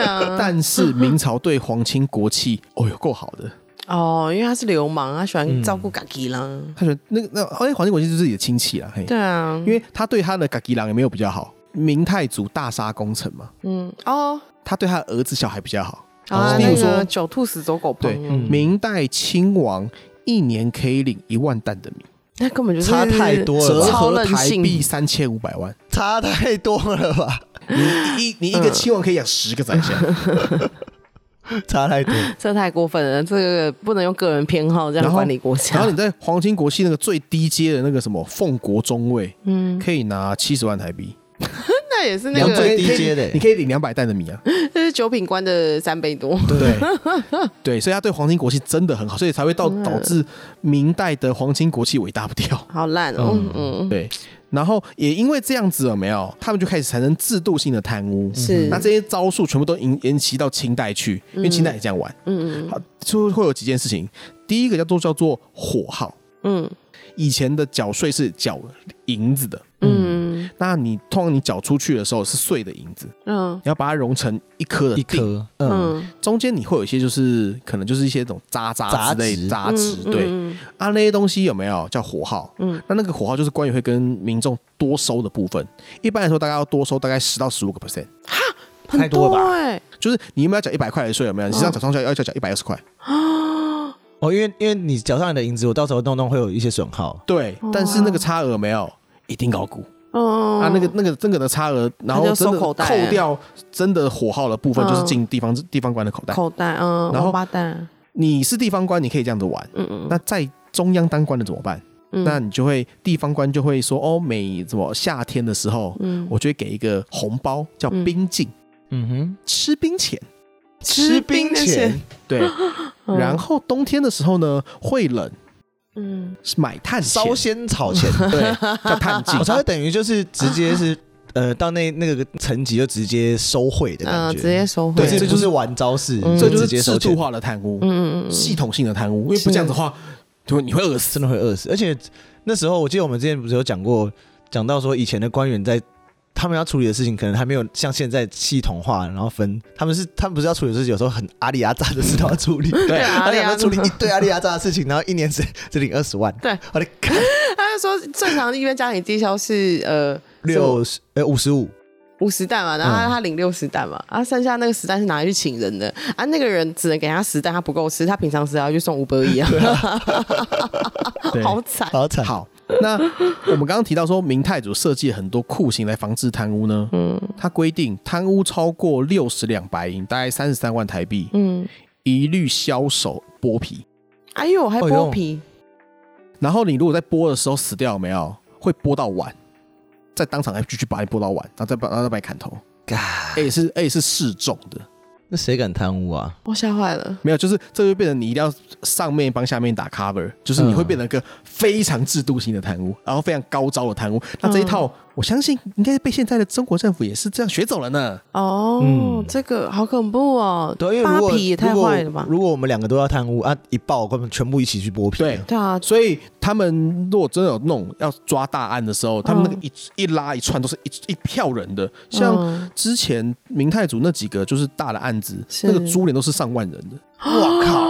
[SPEAKER 1] <laughs>
[SPEAKER 3] 啊，
[SPEAKER 2] <laughs> 但是明朝对皇亲国
[SPEAKER 3] <laughs>
[SPEAKER 2] 戚，哦哟，够好的。
[SPEAKER 3] 哦，因为他是流氓，他
[SPEAKER 2] 嗯
[SPEAKER 3] 喜欢照顾嘎吉啦。
[SPEAKER 2] 他觉得那个那哎，皇亲国戚就是自己的亲戚啦，嘿，
[SPEAKER 3] 对啊，
[SPEAKER 2] 因为他对他的嘎吉郎也没有比较好。明太祖大杀功臣嘛，
[SPEAKER 3] 嗯哦
[SPEAKER 2] 他对他的儿子小孩比较好。
[SPEAKER 3] 啊，
[SPEAKER 2] 例
[SPEAKER 3] 那
[SPEAKER 2] 如说
[SPEAKER 3] 个狡兔死走狗
[SPEAKER 2] 对，
[SPEAKER 3] 烹，
[SPEAKER 2] 明代亲王一年可以领一万担的米，
[SPEAKER 3] 那根本就是
[SPEAKER 1] 差太多了吧
[SPEAKER 2] 折
[SPEAKER 3] 啊超
[SPEAKER 2] 合
[SPEAKER 3] 任
[SPEAKER 2] 台币
[SPEAKER 3] 性。
[SPEAKER 2] 三千五百万。
[SPEAKER 1] 差太多了吧？
[SPEAKER 2] 你一你一个亲王可以养十个宰相，
[SPEAKER 3] 嗯 <laughs>
[SPEAKER 1] 差太多，
[SPEAKER 3] 这太过分了，这个不能用个人偏好这
[SPEAKER 2] 然
[SPEAKER 3] 样
[SPEAKER 2] 后
[SPEAKER 3] 管理国
[SPEAKER 2] 然
[SPEAKER 3] 家
[SPEAKER 2] 后。你在皇亲国戚那个最低阶的那个什么奉国中尉，
[SPEAKER 3] 嗯，
[SPEAKER 2] 可以拿七十万台币，
[SPEAKER 3] 那也是那
[SPEAKER 1] 两
[SPEAKER 3] 个
[SPEAKER 1] 最低阶的
[SPEAKER 2] 你可以领两百担的米
[SPEAKER 3] <laughs>
[SPEAKER 2] 啊。
[SPEAKER 3] 这是九品官的三倍多。
[SPEAKER 2] 对对，所以他对皇亲国戚真的很好，所以才会到导致明代的皇亲国戚伟大不掉。
[SPEAKER 3] 好烂哦，嗯，
[SPEAKER 2] 对，然后也因为这样子有没有，他们就开始产生制度性的贪污。
[SPEAKER 3] 是
[SPEAKER 2] 那这些招数全部都延延期到清代去，因为清代也这样玩。
[SPEAKER 3] 嗯
[SPEAKER 2] 好，就会有几件事情。第一个叫做叫做火耗，
[SPEAKER 3] 嗯
[SPEAKER 2] 以前的缴税是缴银子的，
[SPEAKER 3] 嗯
[SPEAKER 2] 那你通常你缴出去的时候是碎的银子，
[SPEAKER 3] 嗯
[SPEAKER 2] 你要把它融成一颗
[SPEAKER 1] <laughs>
[SPEAKER 2] 的
[SPEAKER 1] 一
[SPEAKER 2] 锭
[SPEAKER 1] 颗，嗯，
[SPEAKER 3] 嗯，
[SPEAKER 2] 中间你会有一些就是可能就是一些那种渣渣
[SPEAKER 1] 杂
[SPEAKER 2] 之类
[SPEAKER 1] 质
[SPEAKER 2] 杂质，
[SPEAKER 3] 嗯
[SPEAKER 2] 对、
[SPEAKER 3] 嗯
[SPEAKER 2] 啊那些东西有没有叫火耗？
[SPEAKER 3] 嗯
[SPEAKER 2] 那那个火耗就是官员会跟民众多收的部分，一般来说大概要多收大概十到十五个 percent，
[SPEAKER 1] 太
[SPEAKER 3] 很
[SPEAKER 1] 多了吧
[SPEAKER 3] 哎，
[SPEAKER 2] 就是你有没有缴一百块的税有没有？
[SPEAKER 3] 哦
[SPEAKER 2] 你实际上缴上去要要缴一百二十块，
[SPEAKER 1] 哦，因为因为你脚上的银子，我到时候弄弄会有一些损耗，
[SPEAKER 2] 对，
[SPEAKER 3] 哦
[SPEAKER 2] 但是那个差额有没有一定高估、
[SPEAKER 3] 嗯
[SPEAKER 2] 啊，那个那个那个的差额，然后
[SPEAKER 3] 那就
[SPEAKER 2] 真
[SPEAKER 3] 收
[SPEAKER 2] 的
[SPEAKER 3] 口袋
[SPEAKER 2] 扣掉真的火耗的部分
[SPEAKER 3] 嗯
[SPEAKER 2] 就是进地方地方官的口袋。
[SPEAKER 3] 口袋，嗯，
[SPEAKER 2] 然后
[SPEAKER 3] 王八蛋，
[SPEAKER 2] 你是地方官，你可以这样子玩，
[SPEAKER 3] 嗯嗯，
[SPEAKER 2] 那在中央当官的怎么办？
[SPEAKER 3] 嗯
[SPEAKER 2] 那你就会地方官就会说哦，每什么夏天的时候，
[SPEAKER 3] 嗯
[SPEAKER 2] 我就会给一个红包叫冰镜，
[SPEAKER 1] 嗯哼，
[SPEAKER 2] 吃冰钱。
[SPEAKER 1] 吃冰
[SPEAKER 3] 吃冰
[SPEAKER 1] 钱
[SPEAKER 3] 钱，
[SPEAKER 1] <laughs>
[SPEAKER 2] 对，
[SPEAKER 3] 嗯
[SPEAKER 2] 然后冬天的时候呢，会冷，
[SPEAKER 3] 嗯
[SPEAKER 2] 是买炭钱
[SPEAKER 1] 烧，仙草 <laughs> 钱，
[SPEAKER 2] 对，
[SPEAKER 1] <laughs>
[SPEAKER 2] 叫炭镜
[SPEAKER 1] 我。才会等于就是直接是呃到那那个层级就直接收贿的
[SPEAKER 3] 呃
[SPEAKER 1] 感
[SPEAKER 3] 直
[SPEAKER 1] 觉，
[SPEAKER 3] 接收回
[SPEAKER 1] 对，这
[SPEAKER 2] 对，这
[SPEAKER 1] 就
[SPEAKER 2] 就是是
[SPEAKER 1] 玩招式，
[SPEAKER 3] 嗯
[SPEAKER 2] 这就
[SPEAKER 1] 直
[SPEAKER 2] 是
[SPEAKER 1] 接
[SPEAKER 2] 制
[SPEAKER 1] 收
[SPEAKER 2] 度
[SPEAKER 1] 钱，
[SPEAKER 2] 化的贪污，
[SPEAKER 3] 嗯嗯嗯
[SPEAKER 2] 系统性的贪污，因为不这样子的话，就你会饿
[SPEAKER 1] <laughs>
[SPEAKER 2] 死。
[SPEAKER 1] 真的会饿死。而且那时候我记得我们之前不是有讲过，讲到说以前的官员在。他们要处理的事情可能还没有像现在系统化，然后分他们是他们不是要处理的事情，有时候很阿里阿扎的事都要处理，
[SPEAKER 3] <laughs> 对啊，
[SPEAKER 1] 他
[SPEAKER 3] 阿里
[SPEAKER 1] 想
[SPEAKER 3] 阿
[SPEAKER 1] 要处理
[SPEAKER 3] 诺
[SPEAKER 1] 一堆阿里阿扎的事情，然后一年只只领二十万。
[SPEAKER 3] 对，
[SPEAKER 1] 我的看
[SPEAKER 3] 他就说正常一般家庭低消是呃
[SPEAKER 1] 六嗯十呃五十五，
[SPEAKER 3] 五十担嘛，然后他他领六十担嘛，啊，剩下那个十担是拿来去请人的，啊，那个人只能给他十担，他不够吃，他平常是要去送五百一啊， <laughs>
[SPEAKER 2] 对
[SPEAKER 3] 好惨，
[SPEAKER 1] 好惨。
[SPEAKER 2] 好，那我们刚刚提到说，明太祖设计很多酷刑来防治贪污呢。嗯，他规定贪污超过六十两白银，大概三十三万台币，
[SPEAKER 3] 嗯，
[SPEAKER 2] 一律枭首剥皮。
[SPEAKER 3] 哎呦，还
[SPEAKER 1] 哎呦
[SPEAKER 3] 剥皮，
[SPEAKER 2] 然后你如果在剥的时候死掉，有没有会剥到碗，在当场还继续把你剥到碗，然后再把然后再把你砍头。
[SPEAKER 1] 嘎，
[SPEAKER 2] 哎、是哎、是示众的，
[SPEAKER 1] 那谁敢贪污啊？
[SPEAKER 3] 我吓坏了，
[SPEAKER 2] 没有，就是这就变成你一定要上面帮下面打 cover，就是你会变成一个非常制度性的贪污，然后非常高招的贪污。那这一套，我相信应该被现在的中国政府也是这样学走了呢。
[SPEAKER 3] 哦
[SPEAKER 1] 嗯，
[SPEAKER 3] 这个好恐怖哦，
[SPEAKER 1] 对，啊因为如
[SPEAKER 3] 扒
[SPEAKER 1] 果
[SPEAKER 3] 皮也太坏了吧
[SPEAKER 1] 如果，如果我们两个都要贪污啊，一爆根本全部一起去剥皮。
[SPEAKER 2] 对，
[SPEAKER 3] 对啊，
[SPEAKER 2] 所以他们如果真的有弄要抓大案的时候，他们那个一、一拉一串都是一一票人的，像
[SPEAKER 3] 嗯
[SPEAKER 2] 之前明太祖那几个就是大的案子，
[SPEAKER 3] 是
[SPEAKER 2] 那个株连都是上万人
[SPEAKER 3] <laughs>
[SPEAKER 2] 的，
[SPEAKER 1] 哇靠，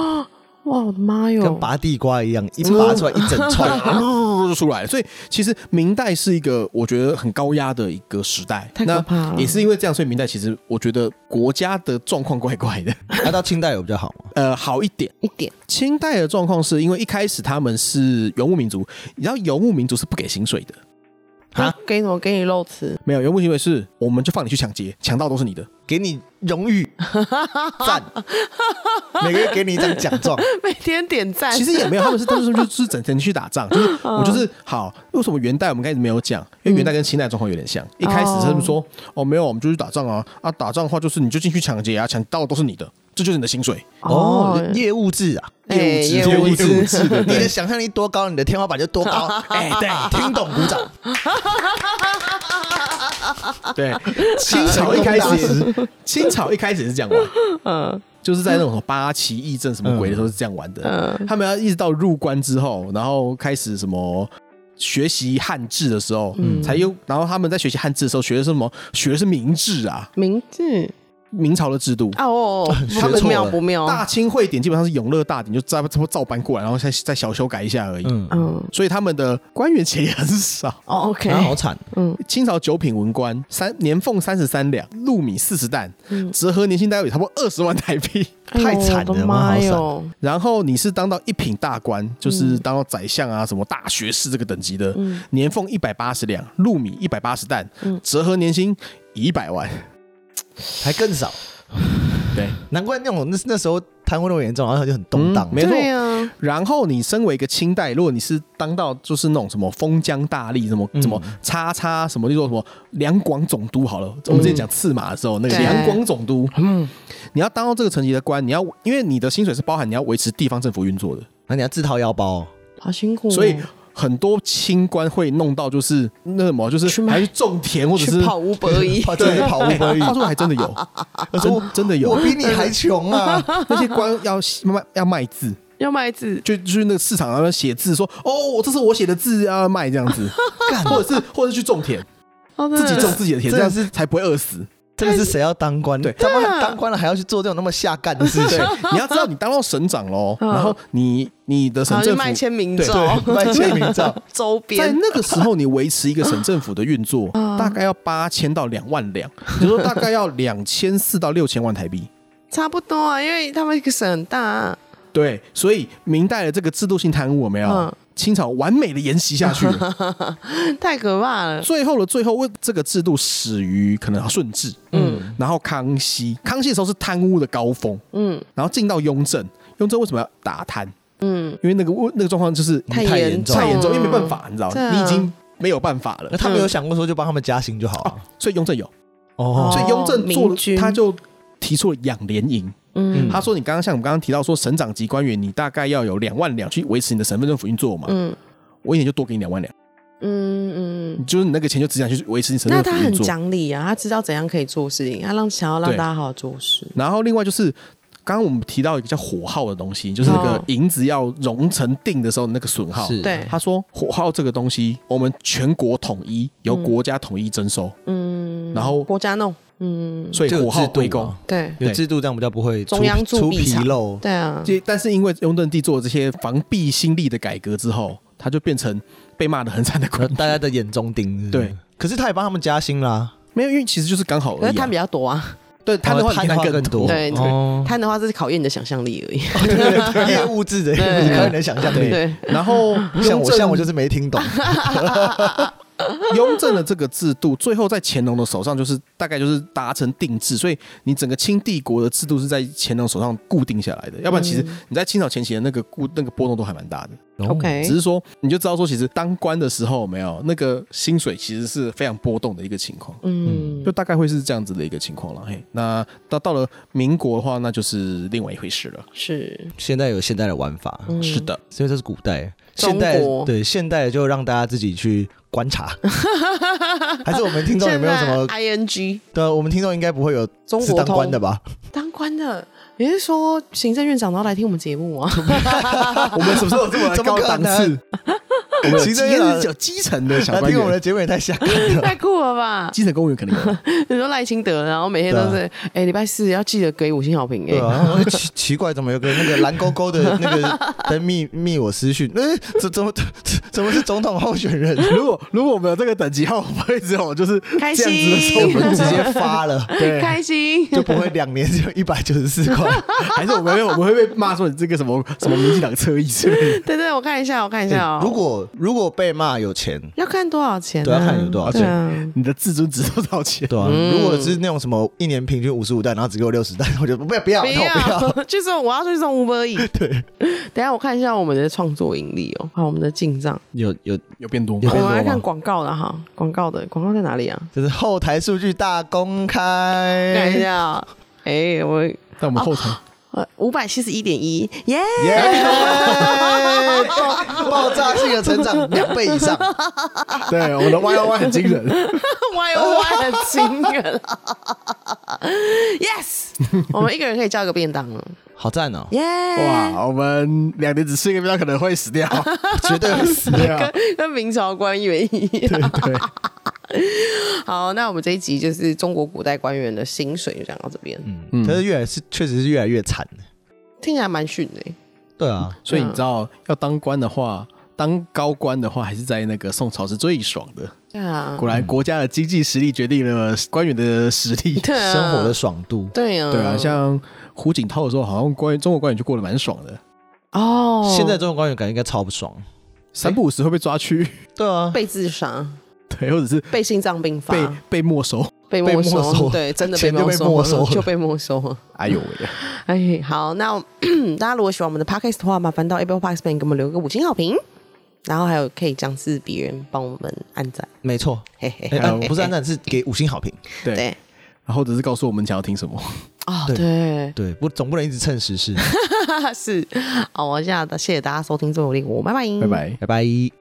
[SPEAKER 3] 哇，我的妈哟，
[SPEAKER 1] 跟拔地瓜一样，一拔出来一整串。
[SPEAKER 2] <laughs> 就出来了。所以其实明代是一个我觉得很高压的一个时代，
[SPEAKER 3] 太可怕了
[SPEAKER 2] 那也是因为这样，所以明代其实我觉得国家的状况怪怪的， <laughs>
[SPEAKER 1] 那到清代有比较好吗？
[SPEAKER 2] 呃，好一点。
[SPEAKER 3] 一点，
[SPEAKER 2] 清代的状况是因为一开始他们是游牧民族，你知道游牧民族是不给薪水的，
[SPEAKER 1] 啊
[SPEAKER 3] 哎给你我给你肉吃， <laughs>
[SPEAKER 2] 没有游牧行为是我们就放你去抢劫，抢到都是你的。
[SPEAKER 1] 给你荣誉，赞，每个月给你一张奖状。
[SPEAKER 3] 每天点赞，
[SPEAKER 2] 其实也没有，他们是当时就是整天去打仗，就是我就是好。为什么元代我们开始没有讲？因为元代跟清代状况有点像，一开始他们说哦没有，我们就去打仗啊啊，打仗的话就是你就进去抢劫啊，抢到的都是你的，这就是你的薪水。
[SPEAKER 1] 哦，业务制啊，
[SPEAKER 3] 哎
[SPEAKER 1] 业
[SPEAKER 3] 业
[SPEAKER 1] 务
[SPEAKER 3] 务
[SPEAKER 1] 制，
[SPEAKER 3] 制
[SPEAKER 1] 制的，你的想象力多高，你的天花板就多高。哎，对，听懂鼓
[SPEAKER 3] <laughs>
[SPEAKER 1] 掌。
[SPEAKER 2] 对，清朝一开始，清朝一开始是这样玩，就是在那种八旗议政什么鬼的时候是这样玩的。
[SPEAKER 3] 嗯
[SPEAKER 2] 他们要一直到入关之后，然后开始什么学习汉字的时候，
[SPEAKER 3] 嗯
[SPEAKER 2] 才又然后他们在学习汉字的时候学的是什么？学的是明制啊，
[SPEAKER 3] 名字
[SPEAKER 2] 明朝的制度。
[SPEAKER 3] 啊哦，
[SPEAKER 1] <laughs> 学
[SPEAKER 3] 他们
[SPEAKER 1] 错
[SPEAKER 3] 妙
[SPEAKER 1] 了
[SPEAKER 3] 不妙？
[SPEAKER 2] 大清会典基本上是永乐大典，就差不多照搬过来，然后再再小修改一下而已。
[SPEAKER 1] 嗯，
[SPEAKER 3] 嗯
[SPEAKER 2] 所以他们的官员钱也很少。
[SPEAKER 3] 哦，OK，
[SPEAKER 1] 然后好惨，啊
[SPEAKER 3] 嗯
[SPEAKER 2] 清朝九品文官三年俸三十三两，禄米四十担，
[SPEAKER 3] 嗯
[SPEAKER 2] 折合年薪大概有差不多二十万台
[SPEAKER 3] <laughs>
[SPEAKER 2] 币。
[SPEAKER 3] 哎呦
[SPEAKER 1] 太惨
[SPEAKER 3] 我的
[SPEAKER 1] 了
[SPEAKER 3] 妈
[SPEAKER 1] 我
[SPEAKER 3] 哟！
[SPEAKER 2] 然后你是当到一品大官，就是
[SPEAKER 3] 嗯
[SPEAKER 2] 当到宰相啊，什么大学士这个等级的，年俸一百八十两，禄米一百八十担，
[SPEAKER 3] 嗯
[SPEAKER 2] 折合年薪一百万。
[SPEAKER 1] 还更少。
[SPEAKER 2] 对，
[SPEAKER 1] 难怪那种那那时候贪污那么严重，然后就很动荡
[SPEAKER 2] 嗯。没错
[SPEAKER 3] 对啊，
[SPEAKER 2] 然后你身为一个清代，如果你是当到就是那种什么封疆大吏，什么
[SPEAKER 1] 嗯
[SPEAKER 2] 什么叉叉什么，就说什么两广总督好了。我们之前讲刺马的时候，那个
[SPEAKER 3] 对
[SPEAKER 2] 两广总督，
[SPEAKER 3] 嗯，
[SPEAKER 2] 你要当到这个层级的官，你要因为你的薪水是包含你要维持地方政府运作的，
[SPEAKER 1] 那你要自掏腰包哦，
[SPEAKER 3] 好辛苦哦，
[SPEAKER 2] 所以很多清官会弄到就是那什么，就
[SPEAKER 3] 去
[SPEAKER 2] 是
[SPEAKER 3] 卖
[SPEAKER 2] 还去种田或者
[SPEAKER 3] 去
[SPEAKER 2] 是
[SPEAKER 3] 跑五
[SPEAKER 2] <laughs>
[SPEAKER 3] 百一，
[SPEAKER 1] 跑真的跑乌龟
[SPEAKER 2] 哎，话说还真的
[SPEAKER 3] <laughs>
[SPEAKER 2] 有，真真的有
[SPEAKER 1] 我比你还穷啊！
[SPEAKER 2] 那些官要卖要卖字，
[SPEAKER 3] 要卖字，
[SPEAKER 2] 就就是那个市场上面写字说哦，这是我写的字要卖这 <laughs> 样子，
[SPEAKER 1] 干
[SPEAKER 2] 或者是或者是去种田，
[SPEAKER 3] 哦
[SPEAKER 2] <laughs> 自己种，
[SPEAKER 3] 真的
[SPEAKER 2] 自己的田，这
[SPEAKER 1] 真的
[SPEAKER 2] 样
[SPEAKER 1] 是
[SPEAKER 2] 是才不会饿死。
[SPEAKER 1] 这个是谁要当官？
[SPEAKER 2] 对
[SPEAKER 1] 他妈当官了还要去做这种那么下干的事情
[SPEAKER 2] 对， <laughs> 你要知道你当到省长喽，
[SPEAKER 3] 嗯
[SPEAKER 2] 然后你你的省
[SPEAKER 3] 然后就
[SPEAKER 2] 政府
[SPEAKER 3] 卖签名
[SPEAKER 2] 对
[SPEAKER 3] 照，
[SPEAKER 1] 对，卖签名照，
[SPEAKER 3] <laughs> 周
[SPEAKER 2] 在
[SPEAKER 3] 边，
[SPEAKER 2] 那个时候，你维持一个省政府的运 <laughs> 作，大概要八千到两万两，也就是说大概要两千四到六千万台币。
[SPEAKER 3] 差不多啊，因为他们一个省很大啊，
[SPEAKER 2] 对，所以明代的这个制度性贪污有没有？
[SPEAKER 3] 嗯
[SPEAKER 2] 清朝完美的沿袭下去了，
[SPEAKER 3] 太可怕了。
[SPEAKER 2] 最后的最后，为这个制度始于可能顺治，
[SPEAKER 3] 嗯
[SPEAKER 2] 然后康熙，康熙的时候是贪污的高峰，
[SPEAKER 3] 嗯
[SPEAKER 2] 然后进到雍正，雍正为什么要打贪？
[SPEAKER 3] 嗯，
[SPEAKER 2] 因为那个那个状况就是
[SPEAKER 3] 太
[SPEAKER 1] 太
[SPEAKER 3] 严
[SPEAKER 1] 严
[SPEAKER 3] 重
[SPEAKER 1] 重
[SPEAKER 3] 了，
[SPEAKER 2] 太严重，因为没办法，你知道
[SPEAKER 3] 对，啊
[SPEAKER 2] 你已经没有办法
[SPEAKER 1] 嗯那
[SPEAKER 2] 了，
[SPEAKER 1] 他们有
[SPEAKER 3] 嗯
[SPEAKER 1] 想过说就帮他们加薪就好了。
[SPEAKER 2] 所以雍正有，
[SPEAKER 1] 哦，
[SPEAKER 2] 所以雍正做
[SPEAKER 3] 明君
[SPEAKER 2] 了，他就提出了养廉营。
[SPEAKER 3] 嗯
[SPEAKER 1] 嗯
[SPEAKER 2] 他说：“你刚刚像我们刚刚提到说，省长级官员你大概要有两万两去维持你的省份政府运作嘛，
[SPEAKER 3] 嗯
[SPEAKER 2] 我一年就多给你两万两，
[SPEAKER 3] 嗯嗯。
[SPEAKER 2] 就是你那个钱就只想去维持你省
[SPEAKER 3] 那
[SPEAKER 2] 政
[SPEAKER 3] 他
[SPEAKER 2] 府
[SPEAKER 3] 很
[SPEAKER 2] 运作。
[SPEAKER 3] 讲理啊，他知道怎样可以做事情，他让想要让
[SPEAKER 2] 对
[SPEAKER 3] 大家好好做事。
[SPEAKER 2] 然后另外就是。”刚刚我们提到一个叫火耗的东西，就是那个
[SPEAKER 3] 哦
[SPEAKER 2] 银子要熔成定的时候那个损耗。
[SPEAKER 1] 是
[SPEAKER 3] 对
[SPEAKER 2] 他说火耗这个东西，我们全国统一，由国家统一征收，
[SPEAKER 3] 嗯，
[SPEAKER 2] 然后
[SPEAKER 3] 国家弄，嗯，
[SPEAKER 2] 所以
[SPEAKER 1] 这个
[SPEAKER 2] 火耗
[SPEAKER 1] 制度
[SPEAKER 2] 归公
[SPEAKER 1] 嘛。
[SPEAKER 3] 对
[SPEAKER 1] 有制度这样比较不会出
[SPEAKER 3] 中央铸
[SPEAKER 1] 出
[SPEAKER 3] 币
[SPEAKER 1] 纰
[SPEAKER 3] 厂
[SPEAKER 1] 漏。
[SPEAKER 3] 对啊，
[SPEAKER 2] 就但是因为雍正帝做了这些防弊兴利的改革之后，他就变成被骂的很惨的
[SPEAKER 1] 然
[SPEAKER 2] 官
[SPEAKER 3] 嗯
[SPEAKER 1] 后。大家的眼中钉是不是
[SPEAKER 2] 对，
[SPEAKER 1] 可是他也帮他们加薪啦，
[SPEAKER 2] 没有，因为其实就是刚好而
[SPEAKER 3] 可是
[SPEAKER 2] 已、啊
[SPEAKER 3] 贪。比较多啊，
[SPEAKER 2] 对贪的话，
[SPEAKER 1] 贪
[SPEAKER 2] 你
[SPEAKER 1] 花
[SPEAKER 2] 看
[SPEAKER 1] 更多，
[SPEAKER 3] 对
[SPEAKER 2] 嗯
[SPEAKER 1] <laughs> 哦
[SPEAKER 3] 贪的话这是考验你的想象力而已。
[SPEAKER 1] 对
[SPEAKER 3] <laughs>
[SPEAKER 1] 对对业务制的，
[SPEAKER 3] 对
[SPEAKER 1] 业务制考你的想象力。
[SPEAKER 3] <laughs> 对，
[SPEAKER 2] 然后
[SPEAKER 1] <laughs> 像
[SPEAKER 2] 雍
[SPEAKER 1] 我，
[SPEAKER 2] 正
[SPEAKER 1] 像我就是没听 <laughs> 懂， <laughs>
[SPEAKER 2] 雍正的这个制度，最后在乾隆的手上就是大概就是达成定制，所以你整个清帝国的制度是在乾隆手上固定下来
[SPEAKER 1] 嗯
[SPEAKER 2] 的。要不然，其实你在清朝前期的那个固那个波动都还蛮大的。
[SPEAKER 1] 哦哎
[SPEAKER 3] OK
[SPEAKER 2] 只是说，你就知道说，其实当官的时候有没有那个薪水，其实是非常波动的一个情况。
[SPEAKER 3] 嗯
[SPEAKER 2] 就大概会是这样子的一个情况了，嘿。那到到了民国的话，那就是另外一回事了。
[SPEAKER 3] 是，
[SPEAKER 1] 现在有现代的玩法，
[SPEAKER 3] 嗯
[SPEAKER 2] 是的，
[SPEAKER 1] 所以这是古代，
[SPEAKER 3] 中
[SPEAKER 1] 现代
[SPEAKER 3] 国
[SPEAKER 1] 对现代就让大家自己去观
[SPEAKER 3] <laughs>
[SPEAKER 1] 察。还是我们听众有没有什么
[SPEAKER 3] 现？在 ing
[SPEAKER 1] 对啊，我们听众应该不会有
[SPEAKER 3] 中
[SPEAKER 1] 是
[SPEAKER 3] 国
[SPEAKER 1] 当官
[SPEAKER 3] 通
[SPEAKER 1] 的吧？
[SPEAKER 3] 当官的？你是说行政院长然后来听我们节目啊？
[SPEAKER 2] 我们什么时候这
[SPEAKER 1] <laughs>
[SPEAKER 2] 么
[SPEAKER 1] 怎么
[SPEAKER 2] 高
[SPEAKER 1] 可
[SPEAKER 2] 档
[SPEAKER 1] 能
[SPEAKER 2] 次？ <laughs> 我们
[SPEAKER 1] 行
[SPEAKER 2] 其
[SPEAKER 1] 政
[SPEAKER 2] 实
[SPEAKER 1] 院长
[SPEAKER 2] 是有基层的小
[SPEAKER 1] <laughs> 那
[SPEAKER 2] 官
[SPEAKER 1] 听我们
[SPEAKER 2] 员
[SPEAKER 1] 的，节目也太下干了。
[SPEAKER 3] <laughs> 太酷了吧！
[SPEAKER 2] 基层公务员肯定有。
[SPEAKER 3] 你说赖清德，然后每天都
[SPEAKER 1] 啊
[SPEAKER 3] 是，哎，礼拜四要记得给五星好评，
[SPEAKER 1] 对
[SPEAKER 3] 哎，
[SPEAKER 1] 啊，然后奇奇怪，怎么有个那个蓝勾勾的 <laughs> 那个在密密我私讯？哎，怎怎么怎怎么是总统候选人？
[SPEAKER 2] <laughs> 如果如果我们有这个等级号，我们会只有就是这
[SPEAKER 3] 开
[SPEAKER 2] 样
[SPEAKER 3] 心
[SPEAKER 2] 子的时候，
[SPEAKER 1] 我
[SPEAKER 2] 我们
[SPEAKER 1] 们直
[SPEAKER 2] 直
[SPEAKER 1] 接
[SPEAKER 2] 接 <laughs>
[SPEAKER 1] 发了，
[SPEAKER 3] <laughs>
[SPEAKER 2] 对，
[SPEAKER 3] 开心。
[SPEAKER 1] 就不会两年就一百九十四块。
[SPEAKER 2] 还是我们会我们会被骂说你这个什么 <laughs> 什么民进党侧翼之类的。
[SPEAKER 3] 对对，我看一下，我看一下哦。
[SPEAKER 1] 哎如果如果被骂有钱，
[SPEAKER 3] 要看多少钱啊，
[SPEAKER 1] 对要看有多少钱
[SPEAKER 3] 对啊
[SPEAKER 2] 你的自尊值多少钱？
[SPEAKER 1] 对啊，如果是那种什么一年平均五十五袋，然后只给我六十袋， <laughs> 我就不 <laughs> 要不要，
[SPEAKER 3] 不
[SPEAKER 1] 那我不要。
[SPEAKER 3] 要， <laughs> 就是我要去送五百亿。
[SPEAKER 1] <laughs>
[SPEAKER 3] 对，等一下我看一下我们的创作盈利哦，好，我们的进账，
[SPEAKER 1] 有有，
[SPEAKER 2] <laughs> 有变多
[SPEAKER 1] 有
[SPEAKER 2] 吗
[SPEAKER 3] 我
[SPEAKER 1] 变？
[SPEAKER 3] 们来
[SPEAKER 1] 多吗
[SPEAKER 3] 看广告的哈，广告的广告在哪里啊？
[SPEAKER 1] 就是后台数据大公
[SPEAKER 3] 看一
[SPEAKER 1] <laughs> 开。
[SPEAKER 3] 下啊，哎，我
[SPEAKER 2] 但我们后 <laughs>
[SPEAKER 3] 哦
[SPEAKER 2] 台
[SPEAKER 3] 呃五百七十一点一，耶！
[SPEAKER 1] 耶！
[SPEAKER 3] <laughs>
[SPEAKER 1] 哎爆爆炸性的成长两倍以上，
[SPEAKER 3] <laughs>
[SPEAKER 2] 对我们的 Y Y Y 很惊人，
[SPEAKER 3] 哇哟，哇，很惊人！ <laughs> Yes，
[SPEAKER 1] <laughs>
[SPEAKER 3] 我们一个人可以叫一个便当了。
[SPEAKER 1] 好赞哦，
[SPEAKER 3] 耶、
[SPEAKER 2] 哇，我们两年只吃一个便当可能会死
[SPEAKER 3] <laughs>
[SPEAKER 2] 掉，
[SPEAKER 1] 绝对会死。
[SPEAKER 2] 对啊，
[SPEAKER 3] 跟明朝官员一样。
[SPEAKER 2] 对对，
[SPEAKER 3] <laughs> 好，那我们这一集就是中国古代官员的薪水，就讲到这边，
[SPEAKER 1] 嗯，可是越来是确实是越来越惨。
[SPEAKER 3] 听起来蛮逊的欸。
[SPEAKER 1] 对啊，
[SPEAKER 2] 所以你知道要当官的话，当高官的话，还是在那个宋朝是最爽的。
[SPEAKER 3] 对啊，
[SPEAKER 2] 果然，国家的经济实力决定了官员的实力。
[SPEAKER 3] 对啊，
[SPEAKER 1] 生活的爽度，
[SPEAKER 3] 对啊，
[SPEAKER 2] 对啊，像胡锦涛的时候，好像官员中国官员就过得蛮爽的，
[SPEAKER 3] 哦，
[SPEAKER 1] 现在中国官员感觉应该超不爽。
[SPEAKER 2] 三不五时会被抓去， <laughs>
[SPEAKER 1] 对啊，
[SPEAKER 3] 被自杀、
[SPEAKER 2] 对，或者是
[SPEAKER 3] 被心脏病发、
[SPEAKER 2] 被被没收。
[SPEAKER 3] 被
[SPEAKER 1] 被没
[SPEAKER 3] 没
[SPEAKER 1] 收
[SPEAKER 3] 对，真的被
[SPEAKER 1] 钱就
[SPEAKER 3] 没
[SPEAKER 1] 被
[SPEAKER 3] 收
[SPEAKER 1] 没收
[SPEAKER 3] 了，
[SPEAKER 1] 了
[SPEAKER 3] 就被没收了。
[SPEAKER 2] 哎呦喂，
[SPEAKER 3] 哎，好，那 <clears throat> 大家如果喜欢我们的 podcast 的话，麻烦到 Apple Podcast 给我们留一个五星好评，然后还有可以讲是别人帮我们按赞，
[SPEAKER 1] 没错。
[SPEAKER 3] 嘿嘿
[SPEAKER 1] 哎，
[SPEAKER 3] 嘿，
[SPEAKER 1] 啊不是按赞，是给五星好评。
[SPEAKER 2] 对，
[SPEAKER 3] 对，
[SPEAKER 2] 然后只是告诉我们想要听什么。
[SPEAKER 3] 哦，
[SPEAKER 1] 对
[SPEAKER 3] 对， <laughs>
[SPEAKER 1] 对，不总不能一直蹭 <laughs> 时事。
[SPEAKER 3] 是，好，我现在谢谢大家收听《最有力》，我拜拜，
[SPEAKER 2] 拜。拜。
[SPEAKER 1] 拜拜。